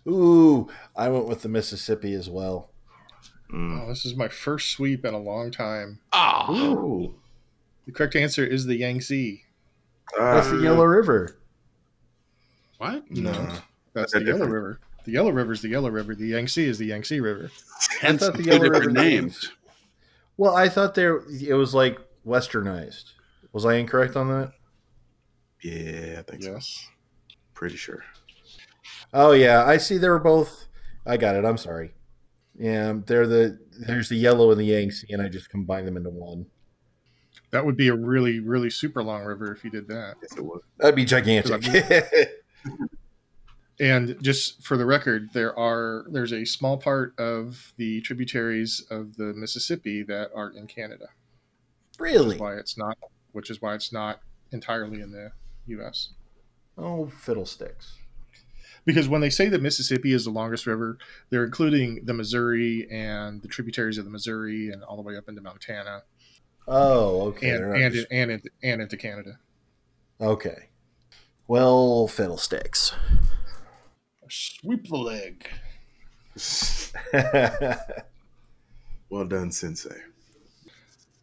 Speaker 1: ooh! I went with the Mississippi as well.
Speaker 3: Mm.
Speaker 4: Oh, this is my first sweep in a long time.
Speaker 2: Ah,
Speaker 3: Ooh.
Speaker 4: The correct answer is the Yangtze.
Speaker 3: Oh.
Speaker 1: That's
Speaker 3: Uh,
Speaker 1: the Yellow River.
Speaker 2: what?
Speaker 3: Nah.
Speaker 4: That's
Speaker 3: They're
Speaker 4: the Yellow
Speaker 3: different.
Speaker 4: River. The Yellow River is the Yellow River. The Yangtze is the Yangtze River.
Speaker 2: Hence
Speaker 1: thought
Speaker 2: the
Speaker 1: the
Speaker 2: two
Speaker 1: Yellow
Speaker 2: different
Speaker 1: River
Speaker 2: names.
Speaker 1: Well, I thought there it was like westernized. Was I incorrect on that?
Speaker 3: Yeah, I think so.
Speaker 4: Yes.
Speaker 3: Pretty sure.
Speaker 1: Oh yeah, I see. They were both. I got it. I'm sorry. Yeah, they're the there's the yellow and the Yangtze, and I just combined them into one.
Speaker 4: That would be a really, really super long river if you did that.
Speaker 3: Yes, it was.
Speaker 1: That'd be gigantic.
Speaker 4: And just for the record, there are there's a small part of the tributaries of the Mississippi that are in Canada.
Speaker 1: *laughs*
Speaker 4: Which
Speaker 1: really?
Speaker 4: is why it's not which is why it's not entirely in the US.
Speaker 1: Oh, fiddlesticks.
Speaker 4: Because when they say the Mississippi is the longest river, they're including the Missouri and the tributaries of the Missouri and all the way up into Montana
Speaker 1: Oh, okay.
Speaker 4: and
Speaker 1: they're not
Speaker 4: and,
Speaker 1: just-
Speaker 4: and into, and into Canada.
Speaker 1: okay. Well, fiddlesticks. *laughs*
Speaker 4: Sweep the leg.
Speaker 3: Well done, Sensei.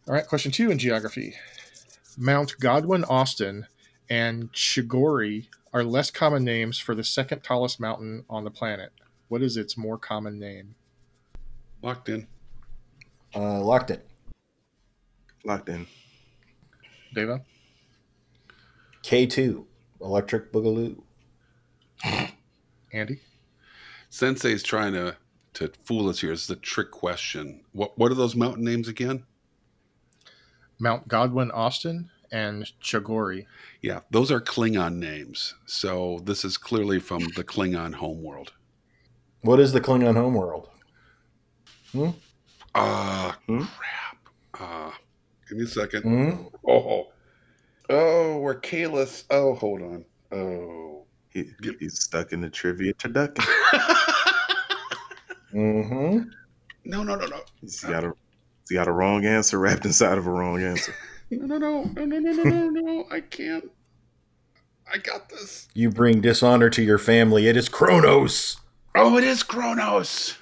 Speaker 4: All right, question two in geography. Mount Godwin Austin and Chigori are less common names for the second tallest mountain on the planet. What is its more common name?
Speaker 2: Locked in.
Speaker 1: uh, locked it.
Speaker 3: Locked in.
Speaker 4: Deva?
Speaker 1: K two. Electric Boogaloo.
Speaker 4: Andy?
Speaker 2: Sensei's trying to to fool us here. This is a trick question. What what are those mountain names again?
Speaker 4: Mount Godwin Austin and Chigori.
Speaker 2: Yeah, those are Klingon names. So this is clearly from the Klingon homeworld.
Speaker 1: What is the Klingon homeworld?
Speaker 2: Ah,
Speaker 3: Hmm?
Speaker 2: crap. Ah, give me a second.
Speaker 1: Hmm?
Speaker 2: Oh, oh, we're Kalis. Oh, hold on. Oh.
Speaker 3: He, he's stuck in the trivia turducken.
Speaker 1: Mm-hmm.
Speaker 2: no, no, no, no.
Speaker 3: He's *laughs* got a he's got a wrong answer wrapped inside of a wrong answer.
Speaker 2: No, no, no, no, no, no, no, no, no. I can't. I got this.
Speaker 1: You bring dishonor to your family. It is Kronos.
Speaker 2: Oh, it is Kronos.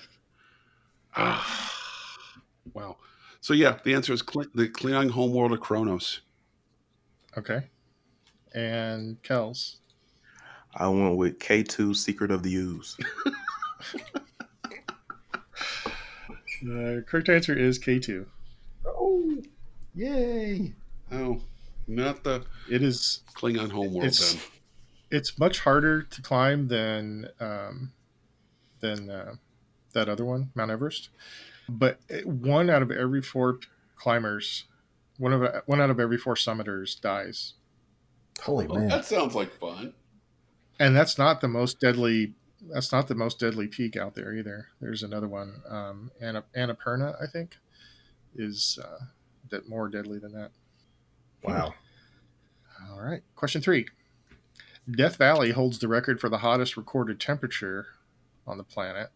Speaker 2: Ah, wow. So yeah, the answer is Kl- the Klingon homeworld of Kronos.
Speaker 4: Okay. And Kels.
Speaker 3: I went with K two Secret of the Ooze.
Speaker 4: The correct answer is K2.
Speaker 2: Oh,
Speaker 1: Yay.
Speaker 2: oh, not the
Speaker 4: It is
Speaker 2: Klingon homeworld
Speaker 4: It's-
Speaker 2: then.
Speaker 4: it's much harder to climb than um, than uh, that other one, Mount Everest. But it- one out of every four climbers, one of one out of every four summiters dies,
Speaker 1: Holy
Speaker 2: Well,
Speaker 1: man.
Speaker 2: Oh, that sounds like fun.
Speaker 4: and that's not the most deadly. That's not the most deadly peak out there either. There's another one, um, Anna, Annapurna, I think, is uh, that more deadly than that.
Speaker 1: Wow.
Speaker 4: All right. Question three. Death Valley holds the record for the hottest recorded temperature on the planet,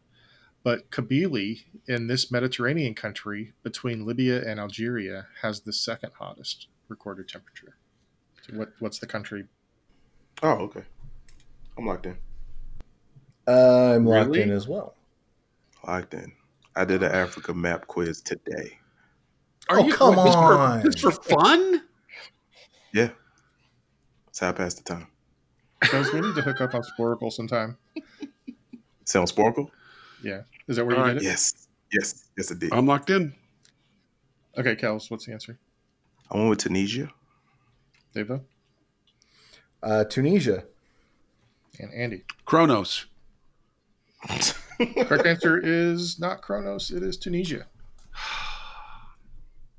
Speaker 4: but Kabylie in this Mediterranean country between Libya and Algeria has the second hottest recorded temperature. So what, what's the country?
Speaker 3: Oh, okay. I'm locked in.
Speaker 1: Uh, I'm locked
Speaker 2: Really?
Speaker 1: in as well.
Speaker 3: Locked in. I did an Africa map quiz today.
Speaker 2: Are
Speaker 1: Oh, come
Speaker 2: just
Speaker 1: on.
Speaker 2: For, just for fun?
Speaker 3: It's how I passed the time.
Speaker 4: Guys, we need to hook up on Sporacle sometime.
Speaker 3: Sounds sporkle?
Speaker 4: Yeah. Is that where you
Speaker 2: All
Speaker 4: did it?
Speaker 3: Yes. Yes. Yes, it did.
Speaker 2: I'm locked in.
Speaker 4: Okay, Kels, what's the answer?
Speaker 3: I went with Tunisia.
Speaker 4: Dave though?
Speaker 1: Uh, Tunisia.
Speaker 4: and Andy.
Speaker 2: Kronos.
Speaker 4: Correct answer is not Kronos, it is Tunisia.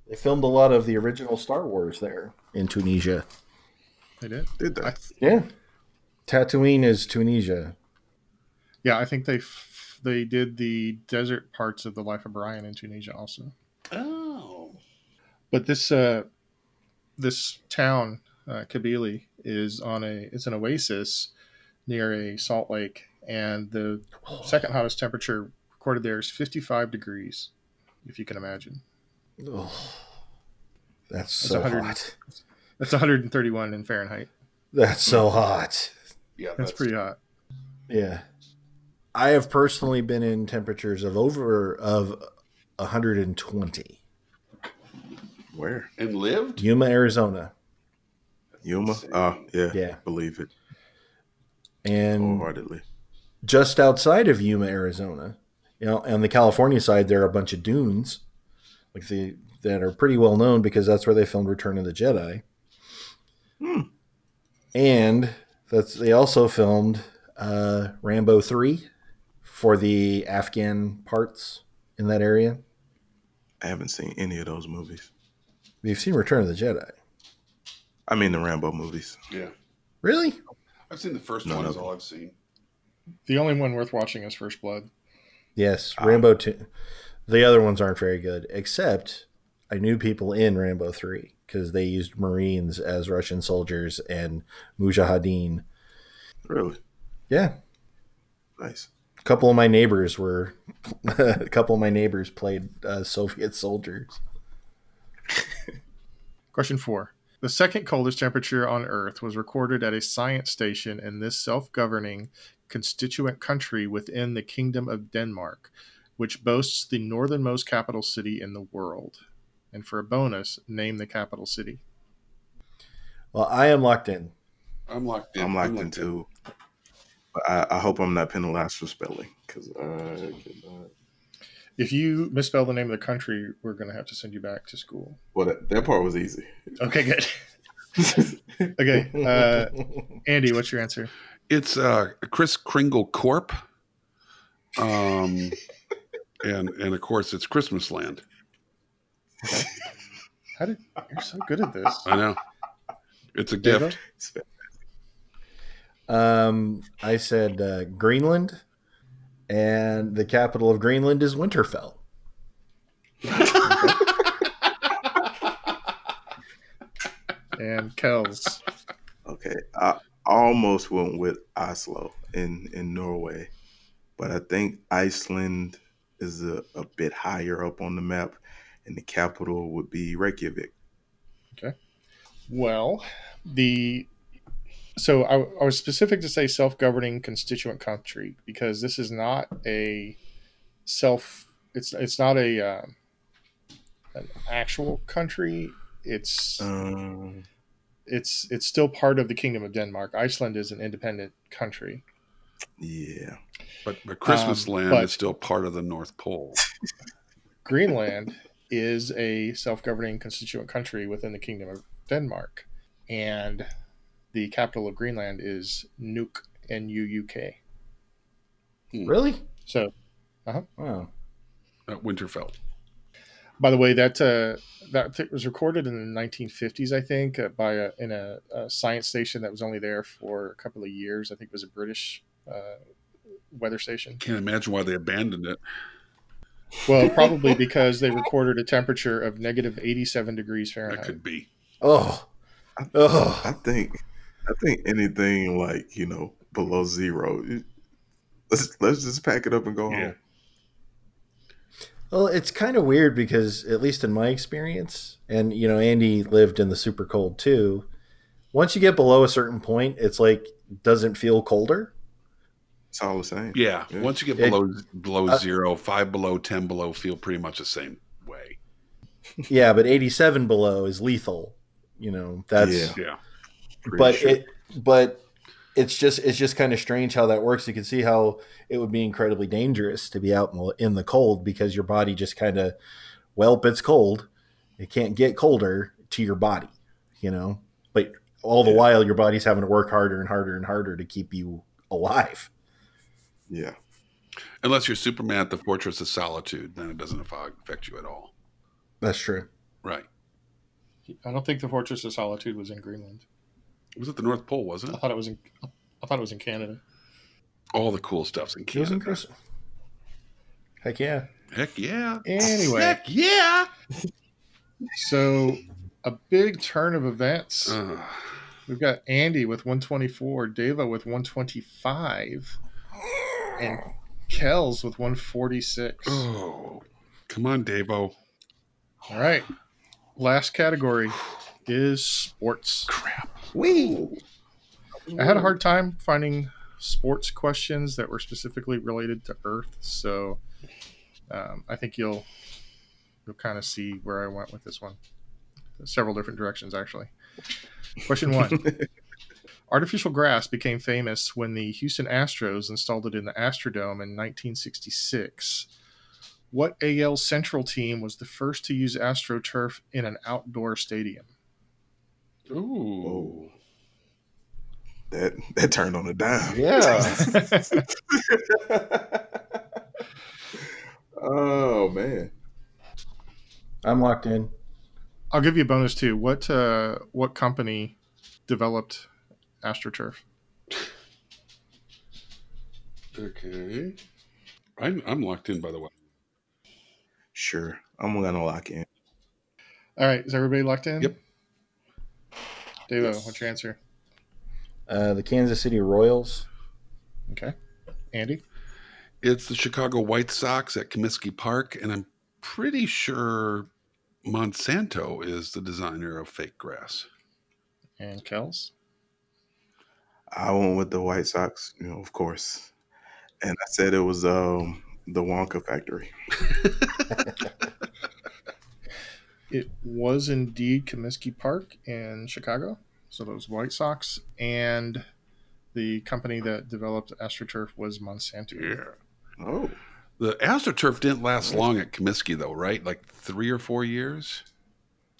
Speaker 1: They filmed a lot of the original Star Wars there in Tunisia.
Speaker 4: They did?
Speaker 3: *laughs* Did that.
Speaker 1: Yeah. Tatooine is Tunisia.
Speaker 4: Yeah, I think they f- they did the desert parts of the Life of Brian in Tunisia also.
Speaker 2: Oh.
Speaker 4: But this uh, this town uh, Kabylie is on a it's an oasis near a salt lake, and the second hottest temperature recorded there is 55 degrees, if you can imagine.
Speaker 1: Ugh. That's so
Speaker 4: 100.
Speaker 1: hot.
Speaker 4: That's 131 in Fahrenheit.
Speaker 1: That's so hot.
Speaker 2: Yeah,
Speaker 4: That's pretty hot.
Speaker 1: Yeah. I have personally been in temperatures of over of 120.
Speaker 3: Where?
Speaker 2: And lived?
Speaker 1: Yuma, Arizona.
Speaker 3: Yuma?
Speaker 2: Let's see.
Speaker 3: Oh, yeah. Mm.
Speaker 1: Yeah.
Speaker 3: Believe it.
Speaker 1: And
Speaker 3: Wholeheartedly.
Speaker 1: just outside of Yuma, Arizona. You know, on the California side, there are a bunch of dunes, like the that are pretty well known because that's where they filmed Return of the Jedi.
Speaker 3: Hmm.
Speaker 1: And that's they also filmed uh, Rambo 3 for the Afghan parts in that area.
Speaker 3: I haven't seen any of those movies.
Speaker 1: You've seen Return of the Jedi.
Speaker 3: I mean the Rambo movies.
Speaker 2: Yeah.
Speaker 1: Really?
Speaker 2: I've seen the first
Speaker 3: None
Speaker 2: one,
Speaker 3: of
Speaker 2: is
Speaker 3: them.
Speaker 2: all I've seen.
Speaker 4: The only one worth watching is First Blood.
Speaker 1: Yes,
Speaker 3: Ah.
Speaker 1: Rambo 2. The other ones aren't very good, except I knew people in Rambo 3 because they used Marines as Russian soldiers and Mujahideen.
Speaker 3: Really
Speaker 1: Yeah,
Speaker 3: nice.
Speaker 1: a couple of my neighbors were, *laughs* a couple of my neighbors played uh, Soviet *laughs* soldiers.
Speaker 4: Question four. The second coldest temperature on Earth was recorded at a science station in this self governing constituent country within the Kingdom of Denmark, which boasts the northernmost capital city in the world. And for a bonus, name the capital city.
Speaker 1: Well, I am locked in.
Speaker 2: I'm locked in.
Speaker 3: I'm locked in too. But I, I hope I'm not penalized for spelling because I cannot.
Speaker 4: If you misspell the name of the country, we're going to have to send you back to school.
Speaker 3: Well, that, that part was easy. *laughs*
Speaker 4: Okay, good. Okay, uh, Andy, what's your answer?
Speaker 2: It's uh, Chris Kringle Corp. *laughs* Um, and and of course it's Christmas Land.
Speaker 4: How did you're so good at this?
Speaker 2: I know. It's a
Speaker 4: Davo?
Speaker 2: gift.
Speaker 1: um, I said uh, Greenland, and the capital of Greenland is Winterfell.
Speaker 4: and Kells.
Speaker 3: *laughs* okay, I almost went with Oslo in in Norway, but I think Iceland is a, a bit higher up on the map, and the capital would be Reykjavik.
Speaker 4: Well, the so I, I was specific to say self-governing constituent country because this is not a self. It's it's not a uh, an actual country. It's
Speaker 3: Um,
Speaker 4: it's it's still part of the Kingdom of Denmark. Iceland is an independent country.
Speaker 3: yeah.
Speaker 2: But but Christmas
Speaker 4: Um,
Speaker 2: Land
Speaker 4: but-
Speaker 2: is still part of the North Pole.
Speaker 4: Greenland is a self-governing constituent country within the Kingdom of Denmark, and the capital of Greenland is Nuuk, N U U K.
Speaker 1: Really?
Speaker 4: So
Speaker 1: Wow.
Speaker 2: At Winterfell.
Speaker 4: By the way, that uh, that th- was recorded in the 1950s, I think, uh, by a, in a, a science station that was only there for a couple of years. I think it was a British uh, weather station.
Speaker 2: Can't imagine why they abandoned it.
Speaker 4: Well, *laughs* probably because they recorded a temperature of negative 87 degrees
Speaker 2: That
Speaker 4: Fahrenheit.
Speaker 2: could be.
Speaker 1: Oh.
Speaker 3: I
Speaker 1: Oh.
Speaker 3: think I think anything like you know below zero. it- Let's let's just pack it up and go
Speaker 2: Yeah.
Speaker 3: home.
Speaker 1: Well, it's kind of weird because, at least in my experience, and you know, Andy lived in the super cold too. Once you get below a certain point, it's like doesn't feel colder.
Speaker 3: It's all the same.
Speaker 2: Yeah.
Speaker 3: Yeah.
Speaker 2: Once you get
Speaker 1: Yeah.
Speaker 2: below below
Speaker 1: Uh,
Speaker 2: zero, five below, ten below feel pretty much the same way.
Speaker 1: yeah, but 87 below is lethal. You know, that's
Speaker 3: Yeah.
Speaker 2: Yeah.
Speaker 3: Pretty
Speaker 1: but
Speaker 3: sure.
Speaker 1: it but it's just it's just kind of strange how that works. You can see how it would be incredibly dangerous to be out in the- in the cold because your body just kind of well, it's cold. It can't get colder to your body, you know. But all the
Speaker 3: Yeah.
Speaker 1: while your body's having to work harder and harder and harder to keep you alive.
Speaker 3: yeah,
Speaker 2: Unless you're Superman at the Fortress of Solitude, then it doesn't affa- affect you at all.
Speaker 1: That's true.
Speaker 2: Right.
Speaker 4: I don't think the Fortress of Solitude was in Greenland.
Speaker 2: It was at the North Pole, wasn't
Speaker 4: I
Speaker 2: it?
Speaker 4: thought it was in I thought it was in Canada. Uh-huh.
Speaker 2: All the cool stuff's in
Speaker 1: It was in
Speaker 2: Canada.
Speaker 1: Chris- Heck yeah.
Speaker 2: Heck yeah.
Speaker 4: Anyway,
Speaker 2: Heck yeah.
Speaker 4: so a big turn of events.
Speaker 2: Ugh.
Speaker 4: We've got Andy with 124, Deva with 125, and Kells with 146.
Speaker 2: oh, come on, Davo.
Speaker 4: All right. Last category is sports.
Speaker 2: Crap.
Speaker 4: I had a hard time finding sports questions that were specifically related to Earth, so um, I think you'll you'll kind of see where I went with this one. Several different directions, actually. Question one. Artificial grass became famous when the Houston Astros installed it in the Astrodome in 1966. What AL Central team was the first to use AstroTurf in an outdoor stadium?
Speaker 2: Ooh.
Speaker 3: that that turned on a dime.
Speaker 1: Yeah.
Speaker 4: *laughs*
Speaker 3: oh man.
Speaker 1: *laughs* I'm locked in.
Speaker 4: I'll give you a bonus too. What uh, what company developed AstroTurf?
Speaker 2: Okay. I'm, I'm locked in, by the way.
Speaker 3: Sure. I'm gonna lock in.
Speaker 4: All right, is everybody locked in?
Speaker 2: Yep.
Speaker 4: Davo,
Speaker 3: Yes.
Speaker 4: what's your answer?
Speaker 1: Uh, the Kansas City Royals.
Speaker 4: Okay. Andy,
Speaker 2: It's the Chicago White Sox at Comiskey Park, and I'm pretty sure Monsanto is the designer of fake grass.
Speaker 4: and Kels,
Speaker 3: I went with the White Sox, you know, of course. And I said it was um the Wonka factory.
Speaker 4: It was indeed Comiskey Park in Chicago. So those White Sox and the company that developed AstroTurf was Monsanto.
Speaker 2: Yeah.
Speaker 3: Oh.
Speaker 2: The AstroTurf didn't last long at Comiskey, though, right? Like three or four years?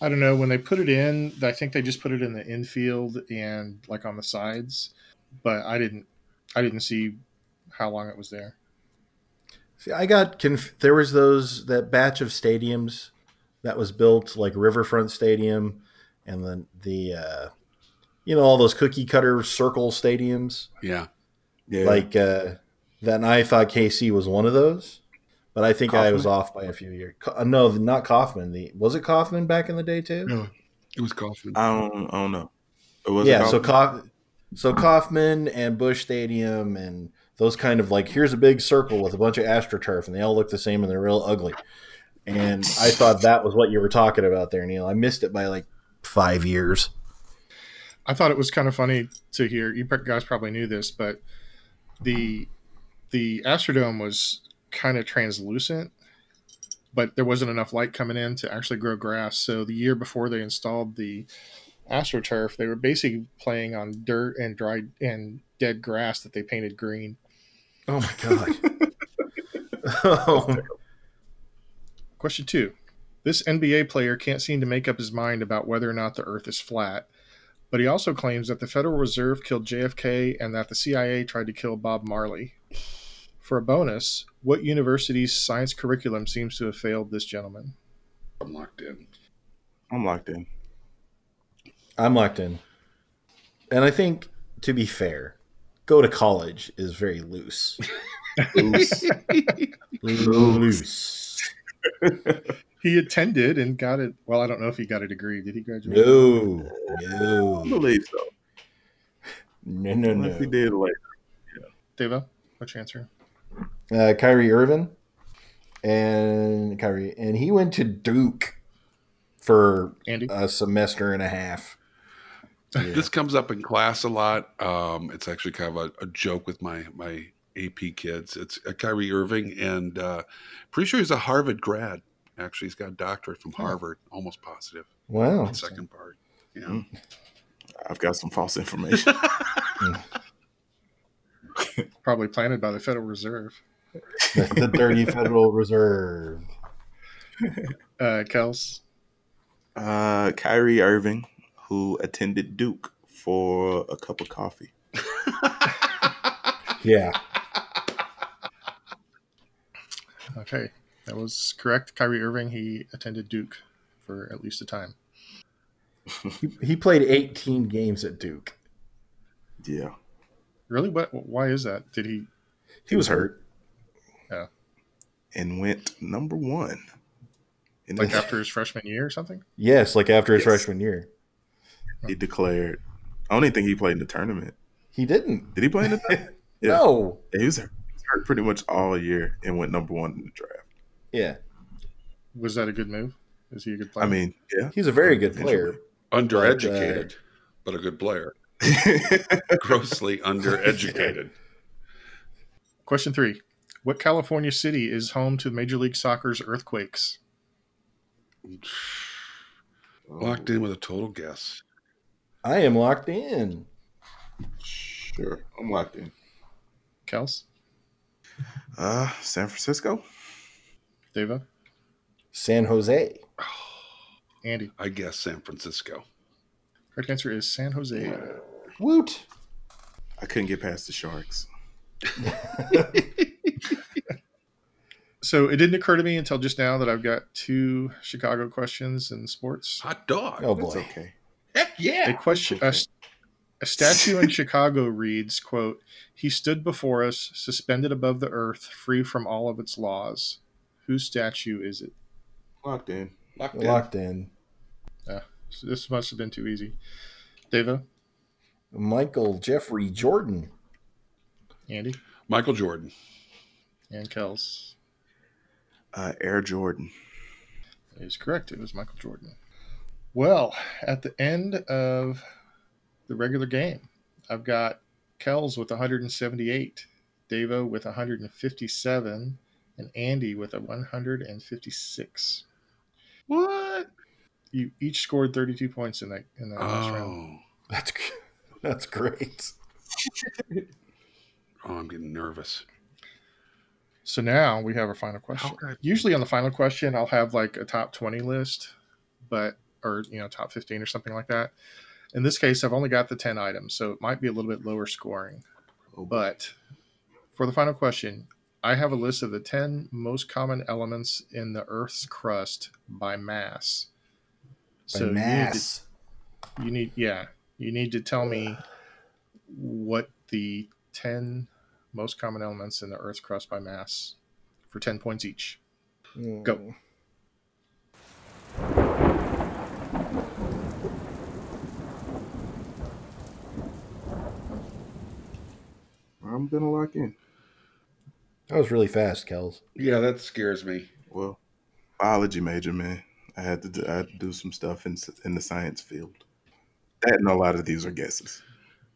Speaker 4: I don't know when they put it in. I think they just put it in the infield and like on the sides, but I didn't. I didn't see how long it was there.
Speaker 1: See, I got conf- there was those that batch of stadiums that was built like Riverfront Stadium, and then the uh, you know all those cookie cutter circle stadiums.
Speaker 2: Yeah.
Speaker 3: Yeah.
Speaker 1: Like uh, that, and I thought KC was one of those, but I think I was
Speaker 3: Kaufman?
Speaker 1: off by a few years. Co- uh, no, not Kaufman. The was it Kaufman back in the day too?
Speaker 4: No.
Speaker 2: It was Kaufman.
Speaker 3: I don't I don't know. It was
Speaker 1: yeah, so Kauf- so Kaufman and Bush Stadium and those kind of like here's a big circle with a bunch of astroturf and they all look the same and they're real ugly. And I thought that was what you were talking about there, Neil. I missed it by like five years.
Speaker 4: I thought it was kind of funny to hear. You pr- guys probably knew this, but the the Astrodome was kind of translucent, but there wasn't enough light coming in to actually grow grass. So the year before they installed the AstroTurf, they were basically playing on dirt and dried and dead grass that they painted green.
Speaker 1: Oh my god. *laughs* oh,
Speaker 4: Question two. This NBA player can't seem to make up his mind about whether or not the Earth is flat, but he also claims that the Federal Reserve killed JFK and that the CIA tried to kill Bob Marley. For a bonus, what university's science curriculum seems to have failed this gentleman?
Speaker 2: I'm locked in.
Speaker 3: I'm locked in.
Speaker 1: I'm locked in. And I think to be fair, go to college is very loose. *laughs* loose.
Speaker 4: He attended and got it. Well, I don't know if he got a degree. Did he graduate?
Speaker 1: No.
Speaker 3: I
Speaker 1: No.
Speaker 3: believe so.
Speaker 1: No no
Speaker 3: Unless he
Speaker 1: no.
Speaker 3: did like
Speaker 4: Devo, what's your answer?
Speaker 1: uh, Kyrie Irvin, and Kyrie, and he went to Duke for
Speaker 4: Andy?
Speaker 1: a semester and a half.
Speaker 2: This comes up in class a lot. Um, it's actually kind of a, a joke with my my AP kids. It's uh, Kyrie Irving, and uh, pretty sure he's a Harvard grad. Actually, he's got a doctorate from Harvard, almost positive.
Speaker 1: Wow.
Speaker 2: The second part. Yeah.
Speaker 3: Mm. I've got some
Speaker 1: *laughs*
Speaker 3: false information.
Speaker 4: Probably planted by the Federal Reserve.
Speaker 1: the, the dirty Federal Reserve.
Speaker 4: Uh, Kels,
Speaker 3: uh Kyrie Irving, who attended Duke for a cup of coffee.
Speaker 1: Yeah.
Speaker 4: Okay, that was correct. Kyrie Irving, he attended Duke for at least a time.
Speaker 1: He, he played 18 games at Duke.
Speaker 3: Yeah.
Speaker 4: Really? What? Why is that? Did he?
Speaker 1: He was hurt.
Speaker 3: And went number one. And *laughs*
Speaker 4: like after his freshman year or something.
Speaker 1: Yes, like after his
Speaker 3: Yes.
Speaker 1: freshman year.
Speaker 3: he declared. I don't even think he played in the tournament.
Speaker 1: He didn't.
Speaker 3: Did he play in the tournament? Yeah.
Speaker 1: No.
Speaker 3: He was hurt, he was hurt pretty much all year and went number one in the draft.
Speaker 1: Yeah.
Speaker 4: Was that a good move? Is he a good player?
Speaker 3: I mean, yeah.
Speaker 1: He's a very good player.
Speaker 2: Undereducated, but a good *laughs* player.
Speaker 1: *laughs*
Speaker 2: *laughs* Grossly undereducated.
Speaker 4: question three: What California city is home to Major League Soccer's earthquakes?
Speaker 2: Locked in with a total guess.
Speaker 1: I am locked in.
Speaker 3: Sure. I'm locked in.
Speaker 4: Kels,
Speaker 3: Uh, San Francisco?
Speaker 4: Deva,
Speaker 1: San Jose.
Speaker 4: Andy.
Speaker 2: I guess San Francisco.
Speaker 4: Correct answer is San Jose.
Speaker 1: Woot.
Speaker 3: I couldn't get past the sharks.
Speaker 4: So it didn't occur to me until just now that I've got two Chicago questions in sports.
Speaker 2: Hot dog.
Speaker 1: Oh
Speaker 3: That's
Speaker 1: boy.
Speaker 3: okay.
Speaker 2: Heck
Speaker 4: A
Speaker 2: yeah.
Speaker 4: question, a, s- a statue in Chicago *laughs* reads, "Quote: He stood before us, suspended above the earth, free from all of its laws. Whose statue is it?"
Speaker 3: Locked in.
Speaker 2: Locked in.
Speaker 1: Locked in.
Speaker 4: So this must have been too easy. Deva,
Speaker 1: Michael Jeffrey Jordan.
Speaker 4: Andy,
Speaker 2: Michael Jordan.
Speaker 4: and Kels
Speaker 3: Uh, Air Jordan.
Speaker 4: That is correct. It was Michael Jordan. Well, at the end of the regular game, I've got Kells with 178, Devo with 157, and Andy with a 156.
Speaker 2: What?
Speaker 4: You each scored 32 points in that in that last round.
Speaker 2: Oh.
Speaker 1: That's *laughs* that's great.
Speaker 2: Oh, I'm getting nervous.
Speaker 4: So now we have our final question.
Speaker 2: How could I-
Speaker 4: Usually on the final question, I'll have like a top 20 list, but or you know top 15 or something like that. In this case, I've only got the 10 items, so it might be a little bit lower scoring.
Speaker 3: Oh,
Speaker 4: But for the final question, I have a list of the 10 most common elements in the Earth's crust by mass.
Speaker 1: By
Speaker 4: you need to-
Speaker 1: mass.
Speaker 4: You need, yeah, you need to tell me what the 10 most common elements in the Earth's crust by mass for 10 points each. Go.
Speaker 3: I'm gonna lock in.
Speaker 1: That was really fast, Kels.
Speaker 2: Yeah, that scares me.
Speaker 3: Well, biology major, man. I had to do, I had to do some stuff in s- in the science field. That and a lot of these are guesses. *laughs*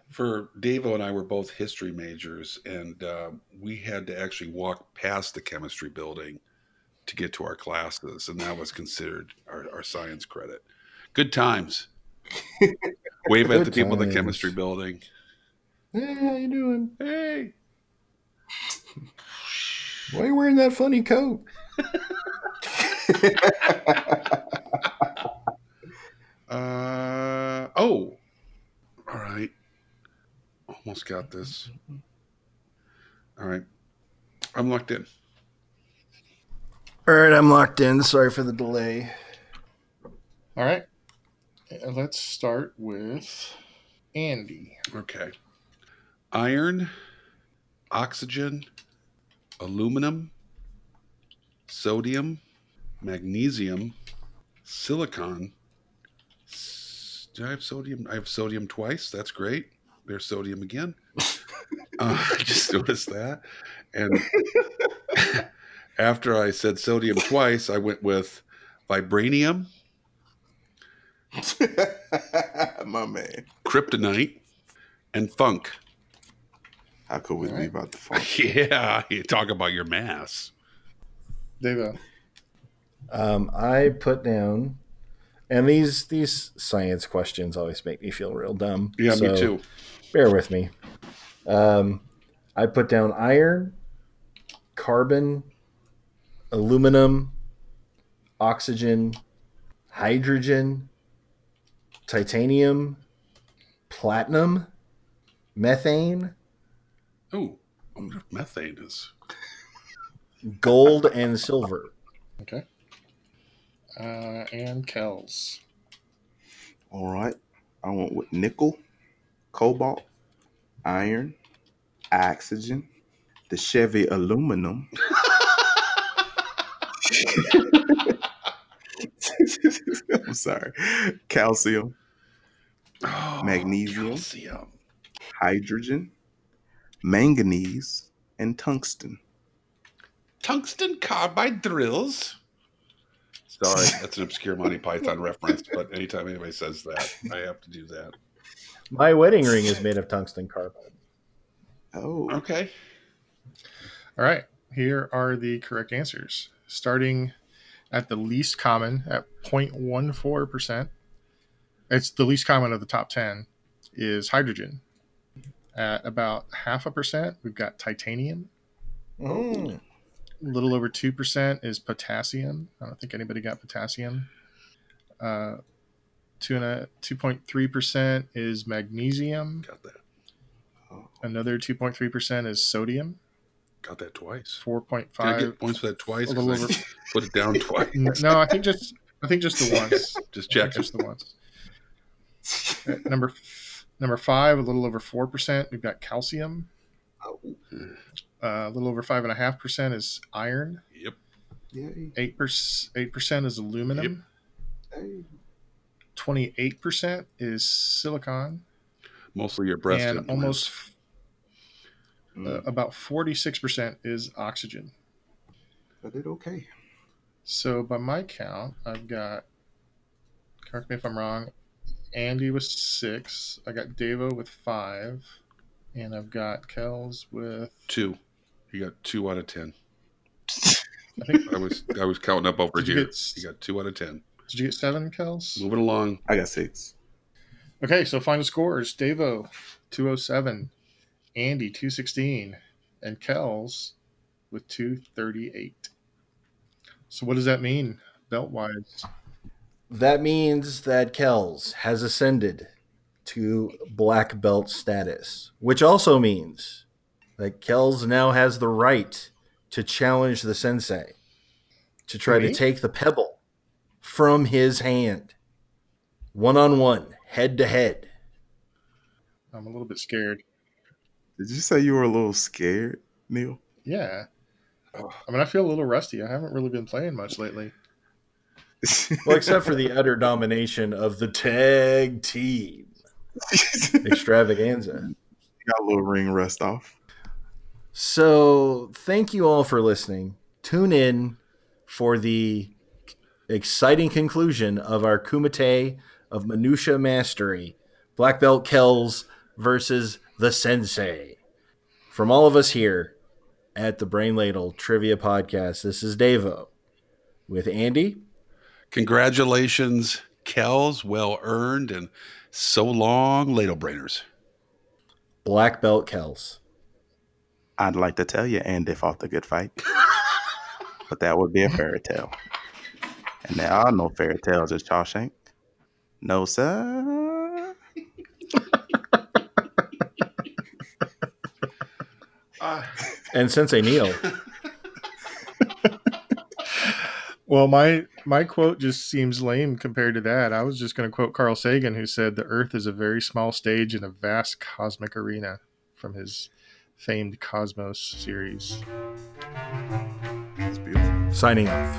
Speaker 2: For Davo and I were both history majors, and uh, we had to actually walk past the chemistry building to get to our classes, and that was considered our, our science credit. Good *laughs* times. Wave at
Speaker 1: Good
Speaker 2: the people in the
Speaker 1: times.
Speaker 2: chemistry building.
Speaker 1: Hey, how you doing?
Speaker 2: Hey,
Speaker 1: Why are you wearing that funny coat?
Speaker 2: Uh oh. All right. Almost got this. All right. I'm locked in.
Speaker 1: All right, I'm locked in. Sorry for the delay.
Speaker 4: All right. Uh, Let's start with Andy.
Speaker 2: Okay. Iron, oxygen, aluminum, sodium, magnesium, silicon. S- Do I have sodium? I have sodium twice. That's great. There's sodium again. *laughs* uh, I just noticed that. And *laughs* after I said sodium twice, I went with vibranium,
Speaker 3: My man.
Speaker 2: kryptonite, and funk. *laughs*
Speaker 3: How could we
Speaker 4: All
Speaker 3: leave out the fun?
Speaker 2: Yeah, you talk about your mass.
Speaker 4: Deva.
Speaker 1: Um, I put down, and these these science questions always make me feel real dumb.
Speaker 2: Yeah,
Speaker 1: so
Speaker 2: me too.
Speaker 1: Bear with me. Um, I put down iron, carbon, aluminum, oxygen, hydrogen, titanium, platinum, methane,
Speaker 2: Ooh, I wonder if methane is.
Speaker 1: gold, and silver.
Speaker 4: Okay. Uh, and Kells.
Speaker 3: All right. I went with nickel, cobalt, iron, oxygen, the Chevy aluminum. *laughs* I'm sorry. Calcium,
Speaker 2: Oh,
Speaker 3: Magnesium.
Speaker 2: Calcium.
Speaker 3: hydrogen, manganese, and tungsten.
Speaker 2: Tungsten carbide drills.
Speaker 4: *laughs*
Speaker 2: Sorry, that's an obscure Monty Python reference, but anytime anybody says that, I have to do that.
Speaker 1: My wedding ring is made of tungsten carbide.
Speaker 3: Oh,
Speaker 2: Okay.
Speaker 4: All right. Here are the correct answers. Starting at the least common at 0.14%. It's the least common of the top 10 is hydrogen. At about half a percent, we've got titanium. A little over 2% is potassium. I don't think anybody got potassium. Uh, two and a, 2.3% is magnesium.
Speaker 3: *laughs*
Speaker 2: Got that.
Speaker 4: Another 2.3% is sodium,
Speaker 2: Got that twice. Did I
Speaker 4: 4.5.
Speaker 2: get points for that twice?
Speaker 4: a
Speaker 2: 'Cause
Speaker 4: little
Speaker 2: I *laughs* put it down twice.
Speaker 4: N- No, I think just I think just
Speaker 2: *laughs*
Speaker 4: the once.
Speaker 2: Just
Speaker 4: Check
Speaker 2: checking.
Speaker 4: just the once. Uh, number number five, a little over four percent. We've got calcium.
Speaker 2: Oh.
Speaker 4: Uh, a little over five and a half percent is iron.
Speaker 2: Yep.
Speaker 4: Eight percent eight percent is aluminum. Twenty eight percent is silicon,
Speaker 2: Mostly your breast
Speaker 4: and
Speaker 2: implants.
Speaker 4: almost uh,
Speaker 5: Mm,
Speaker 4: about forty six percent is oxygen.
Speaker 5: I did okay.
Speaker 4: So by my count, I've got. Correct me if I'm wrong. Andy with six. I got Devo with five, and I've got Kells with.
Speaker 2: two. You got two out of
Speaker 4: *laughs*
Speaker 2: ten.
Speaker 4: I think.
Speaker 2: I was I was counting up over
Speaker 4: Did you
Speaker 2: here.
Speaker 4: get-
Speaker 2: You got two out of ten.
Speaker 4: Did you get seven, Kells?
Speaker 2: Moving along.
Speaker 3: I got six.
Speaker 4: Okay, so final scores: Devo, two hundred seven, Andy, two sixteen, and Kells with two thirty eight. So what does that mean belt wise?
Speaker 1: That means that Kells has ascended to black belt status, which also means that Kells now has the right to challenge the sensei to try
Speaker 4: Me?
Speaker 1: to take the pebble from his hand. One on one, head to head.
Speaker 4: I'm a little bit scared.
Speaker 3: Did you say you were a little scared, Neil?
Speaker 4: Yeah, I mean I feel a little rusty. I haven't really been playing much lately.
Speaker 1: Well, except for the utter domination of the tag team extravaganza.
Speaker 3: got a little ring rust off.
Speaker 1: So, thank you all for listening. Tune in for the exciting conclusion of our Kumite of Minutia Mastery Black Belt Kells versus the Sensei. From all of us here at the Brain Ladle Trivia Podcast, this is Davo with Andy.
Speaker 2: Congratulations, Kells. Well earned, and so long, ladle brainers.
Speaker 1: Black Belt Kells.
Speaker 3: I'd like to tell you Andy fought the good fight, but that would be a fairy tale. And there are no fairy tales at Shawshank. No, sir.
Speaker 1: And Sensei Neil. *laughs*
Speaker 4: Well, my my quote just seems lame compared to that. I was just going to quote Carl Sagan, who said, "The Earth is a very small stage in a vast cosmic arena," from his famed Cosmos series.
Speaker 3: It's beautiful.
Speaker 1: Signing off.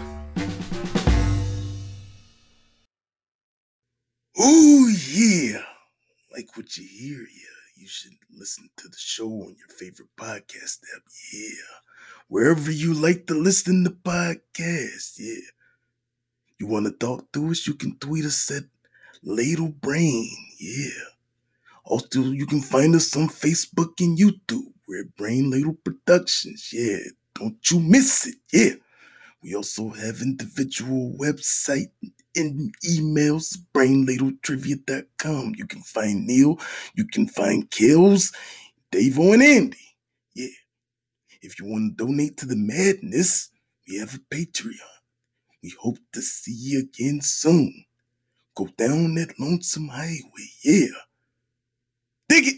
Speaker 5: Ooh, yeah. Like what you hear, yeah. You should listen to the show on your favorite podcast app, yeah. Wherever you like to listen to podcasts, yeah. You want to talk to us? You can tweet us at Ladle Brain, yeah. Also, you can find us on Facebook and YouTube. We're Brain Ladle Productions, yeah. Don't you miss it, yeah. We also have individual website and emails brainladletrivia.com. You can find Neil, you can find Kills, Dave and Andy. Yeah. If you want to donate to the madness, we have a Patreon. We hope to see you again soon. Go down that lonesome highway, yeah. Dig it!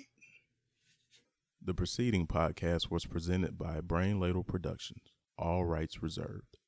Speaker 6: The preceding podcast was presented by Brain Ladle Productions, all rights reserved.